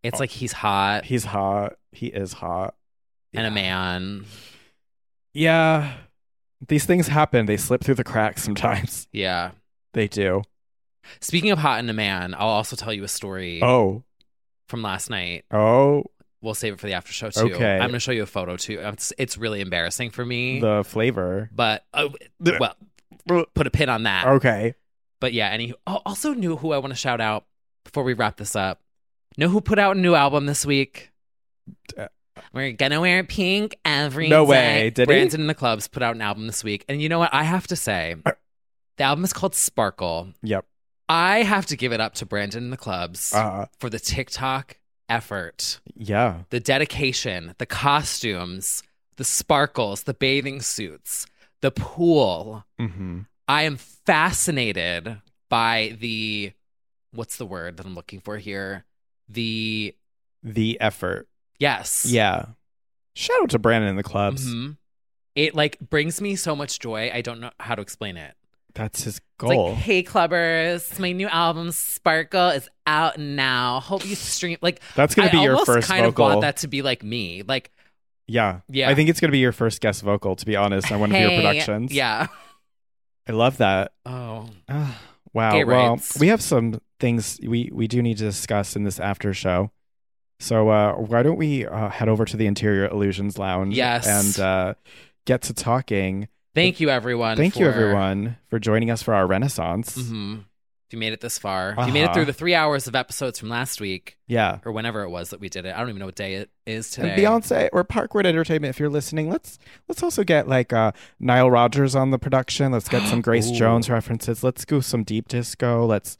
Speaker 2: It's like he's hot
Speaker 3: He's hot. He is hot.
Speaker 2: and a man.
Speaker 3: Yeah. These things happen. They slip through the cracks sometimes.
Speaker 2: Yeah.
Speaker 3: They do.
Speaker 2: Speaking of hot and a man, I'll also tell you a story
Speaker 3: Oh.
Speaker 2: from last night.
Speaker 3: Oh.
Speaker 2: We'll save it for the after show too.
Speaker 3: Okay.
Speaker 2: I'm going to show you a photo too. It's, it's really embarrassing for me,
Speaker 3: The flavor.
Speaker 2: but uh,
Speaker 3: Blech.
Speaker 2: well, ah. put a pin on that.
Speaker 3: Okay.
Speaker 2: But yeah, and he oh, also knew who I want to shout out before we wrap this up. Know who put out a new album this week?
Speaker 3: Uh,
Speaker 2: We're gonna wear pink every
Speaker 3: No
Speaker 2: day.
Speaker 3: way, did he?
Speaker 2: Brandon and the Clubs put out an album this week, and you know what? I have to say,
Speaker 3: Uh,
Speaker 2: the album is called Sparkle.
Speaker 3: Yep.
Speaker 2: I have to give it up to Brandon and the Clubs
Speaker 3: Uh
Speaker 2: for the TikTok effort,
Speaker 3: yeah.
Speaker 2: the dedication, the costumes, the sparkles, the bathing suits, the pool.
Speaker 3: Mm-hmm.
Speaker 2: I am fascinated by the what's the word that I'm looking for here? The
Speaker 3: The effort.
Speaker 2: Yes.
Speaker 3: Yeah. Shout out to Brandon and the clubs.
Speaker 2: Mhm. It like brings me so much joy. I don't know how to explain it.
Speaker 3: That's his
Speaker 2: It's
Speaker 3: goal.
Speaker 2: like, hey clubbers, my new album Sparkle is out now. Hope you stream like
Speaker 3: That's gonna
Speaker 2: I
Speaker 3: be your
Speaker 2: almost
Speaker 3: first
Speaker 2: kind of
Speaker 3: vocal.
Speaker 2: want that to be like me. Like
Speaker 3: yeah.
Speaker 2: Yeah.
Speaker 3: I think it's going to be your first guest vocal, to be honest, on one of
Speaker 2: hey,
Speaker 3: your productions.
Speaker 2: Yeah.
Speaker 3: I love that.
Speaker 2: Oh.
Speaker 3: Ah, wow.
Speaker 2: Gay
Speaker 3: well,
Speaker 2: rights.
Speaker 3: we have some things we, we do need to discuss in this after show. So uh, why don't we uh, head over to the Interior Illusions Lounge
Speaker 2: Yes.
Speaker 3: and uh, get to talking.
Speaker 2: Thank you everyone.
Speaker 3: Thank you,
Speaker 2: for-
Speaker 3: everyone, for joining us for our renaissance.
Speaker 2: Mhm. If you made it this far, if you made it
Speaker 3: Uh-huh.
Speaker 2: through the three hours of episodes from last week
Speaker 3: Yeah.
Speaker 2: or whenever it was that we did it. I don't even know what day it is today.
Speaker 3: And Beyonce or Parkwood Entertainment, if you're listening, let's let's also get like uh, Nile Rodgers on the production. Let's get some Grace
Speaker 2: Ooh.
Speaker 3: Jones references. Let's go some deep disco. Let's,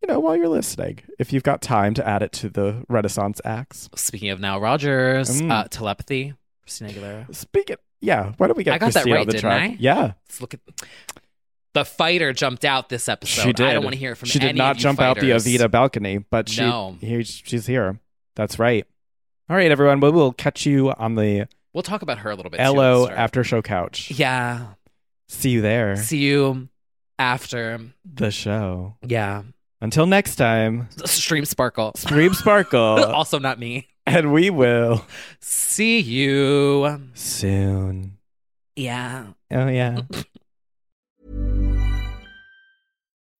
Speaker 3: you know, while you're listening, if you've got time to add it to the Renaissance acts.
Speaker 2: Speaking of now, Rogers,
Speaker 3: Mm.
Speaker 2: uh, telepathy, Christina Aguilera.
Speaker 3: Speaking, yeah. Why don't we get
Speaker 2: I got that
Speaker 3: Christina
Speaker 2: right,
Speaker 3: on the
Speaker 2: didn't
Speaker 3: track?
Speaker 2: I?
Speaker 3: Yeah,
Speaker 2: Let's look at the fighter jumped out this episode.
Speaker 3: she did.
Speaker 2: I don't want to hear from
Speaker 3: She did
Speaker 2: any
Speaker 3: not
Speaker 2: of you
Speaker 3: jump out
Speaker 2: fighters.
Speaker 3: the Avita balcony, but she
Speaker 2: No.
Speaker 3: here- she's here. That's right. All right, everyone. Well, we'll catch you on the
Speaker 2: We'll talk about her a little bit. too,
Speaker 3: LO
Speaker 2: after.
Speaker 3: after show couch.
Speaker 2: Yeah.
Speaker 3: See you there.
Speaker 2: See you after.
Speaker 3: the show.
Speaker 2: Yeah.
Speaker 3: Until next time.
Speaker 2: Stream Sparkle.
Speaker 3: Stream Sparkle.
Speaker 2: also not me.
Speaker 3: and we will
Speaker 2: See you.
Speaker 3: soon.
Speaker 2: Yeah.
Speaker 3: Oh, yeah.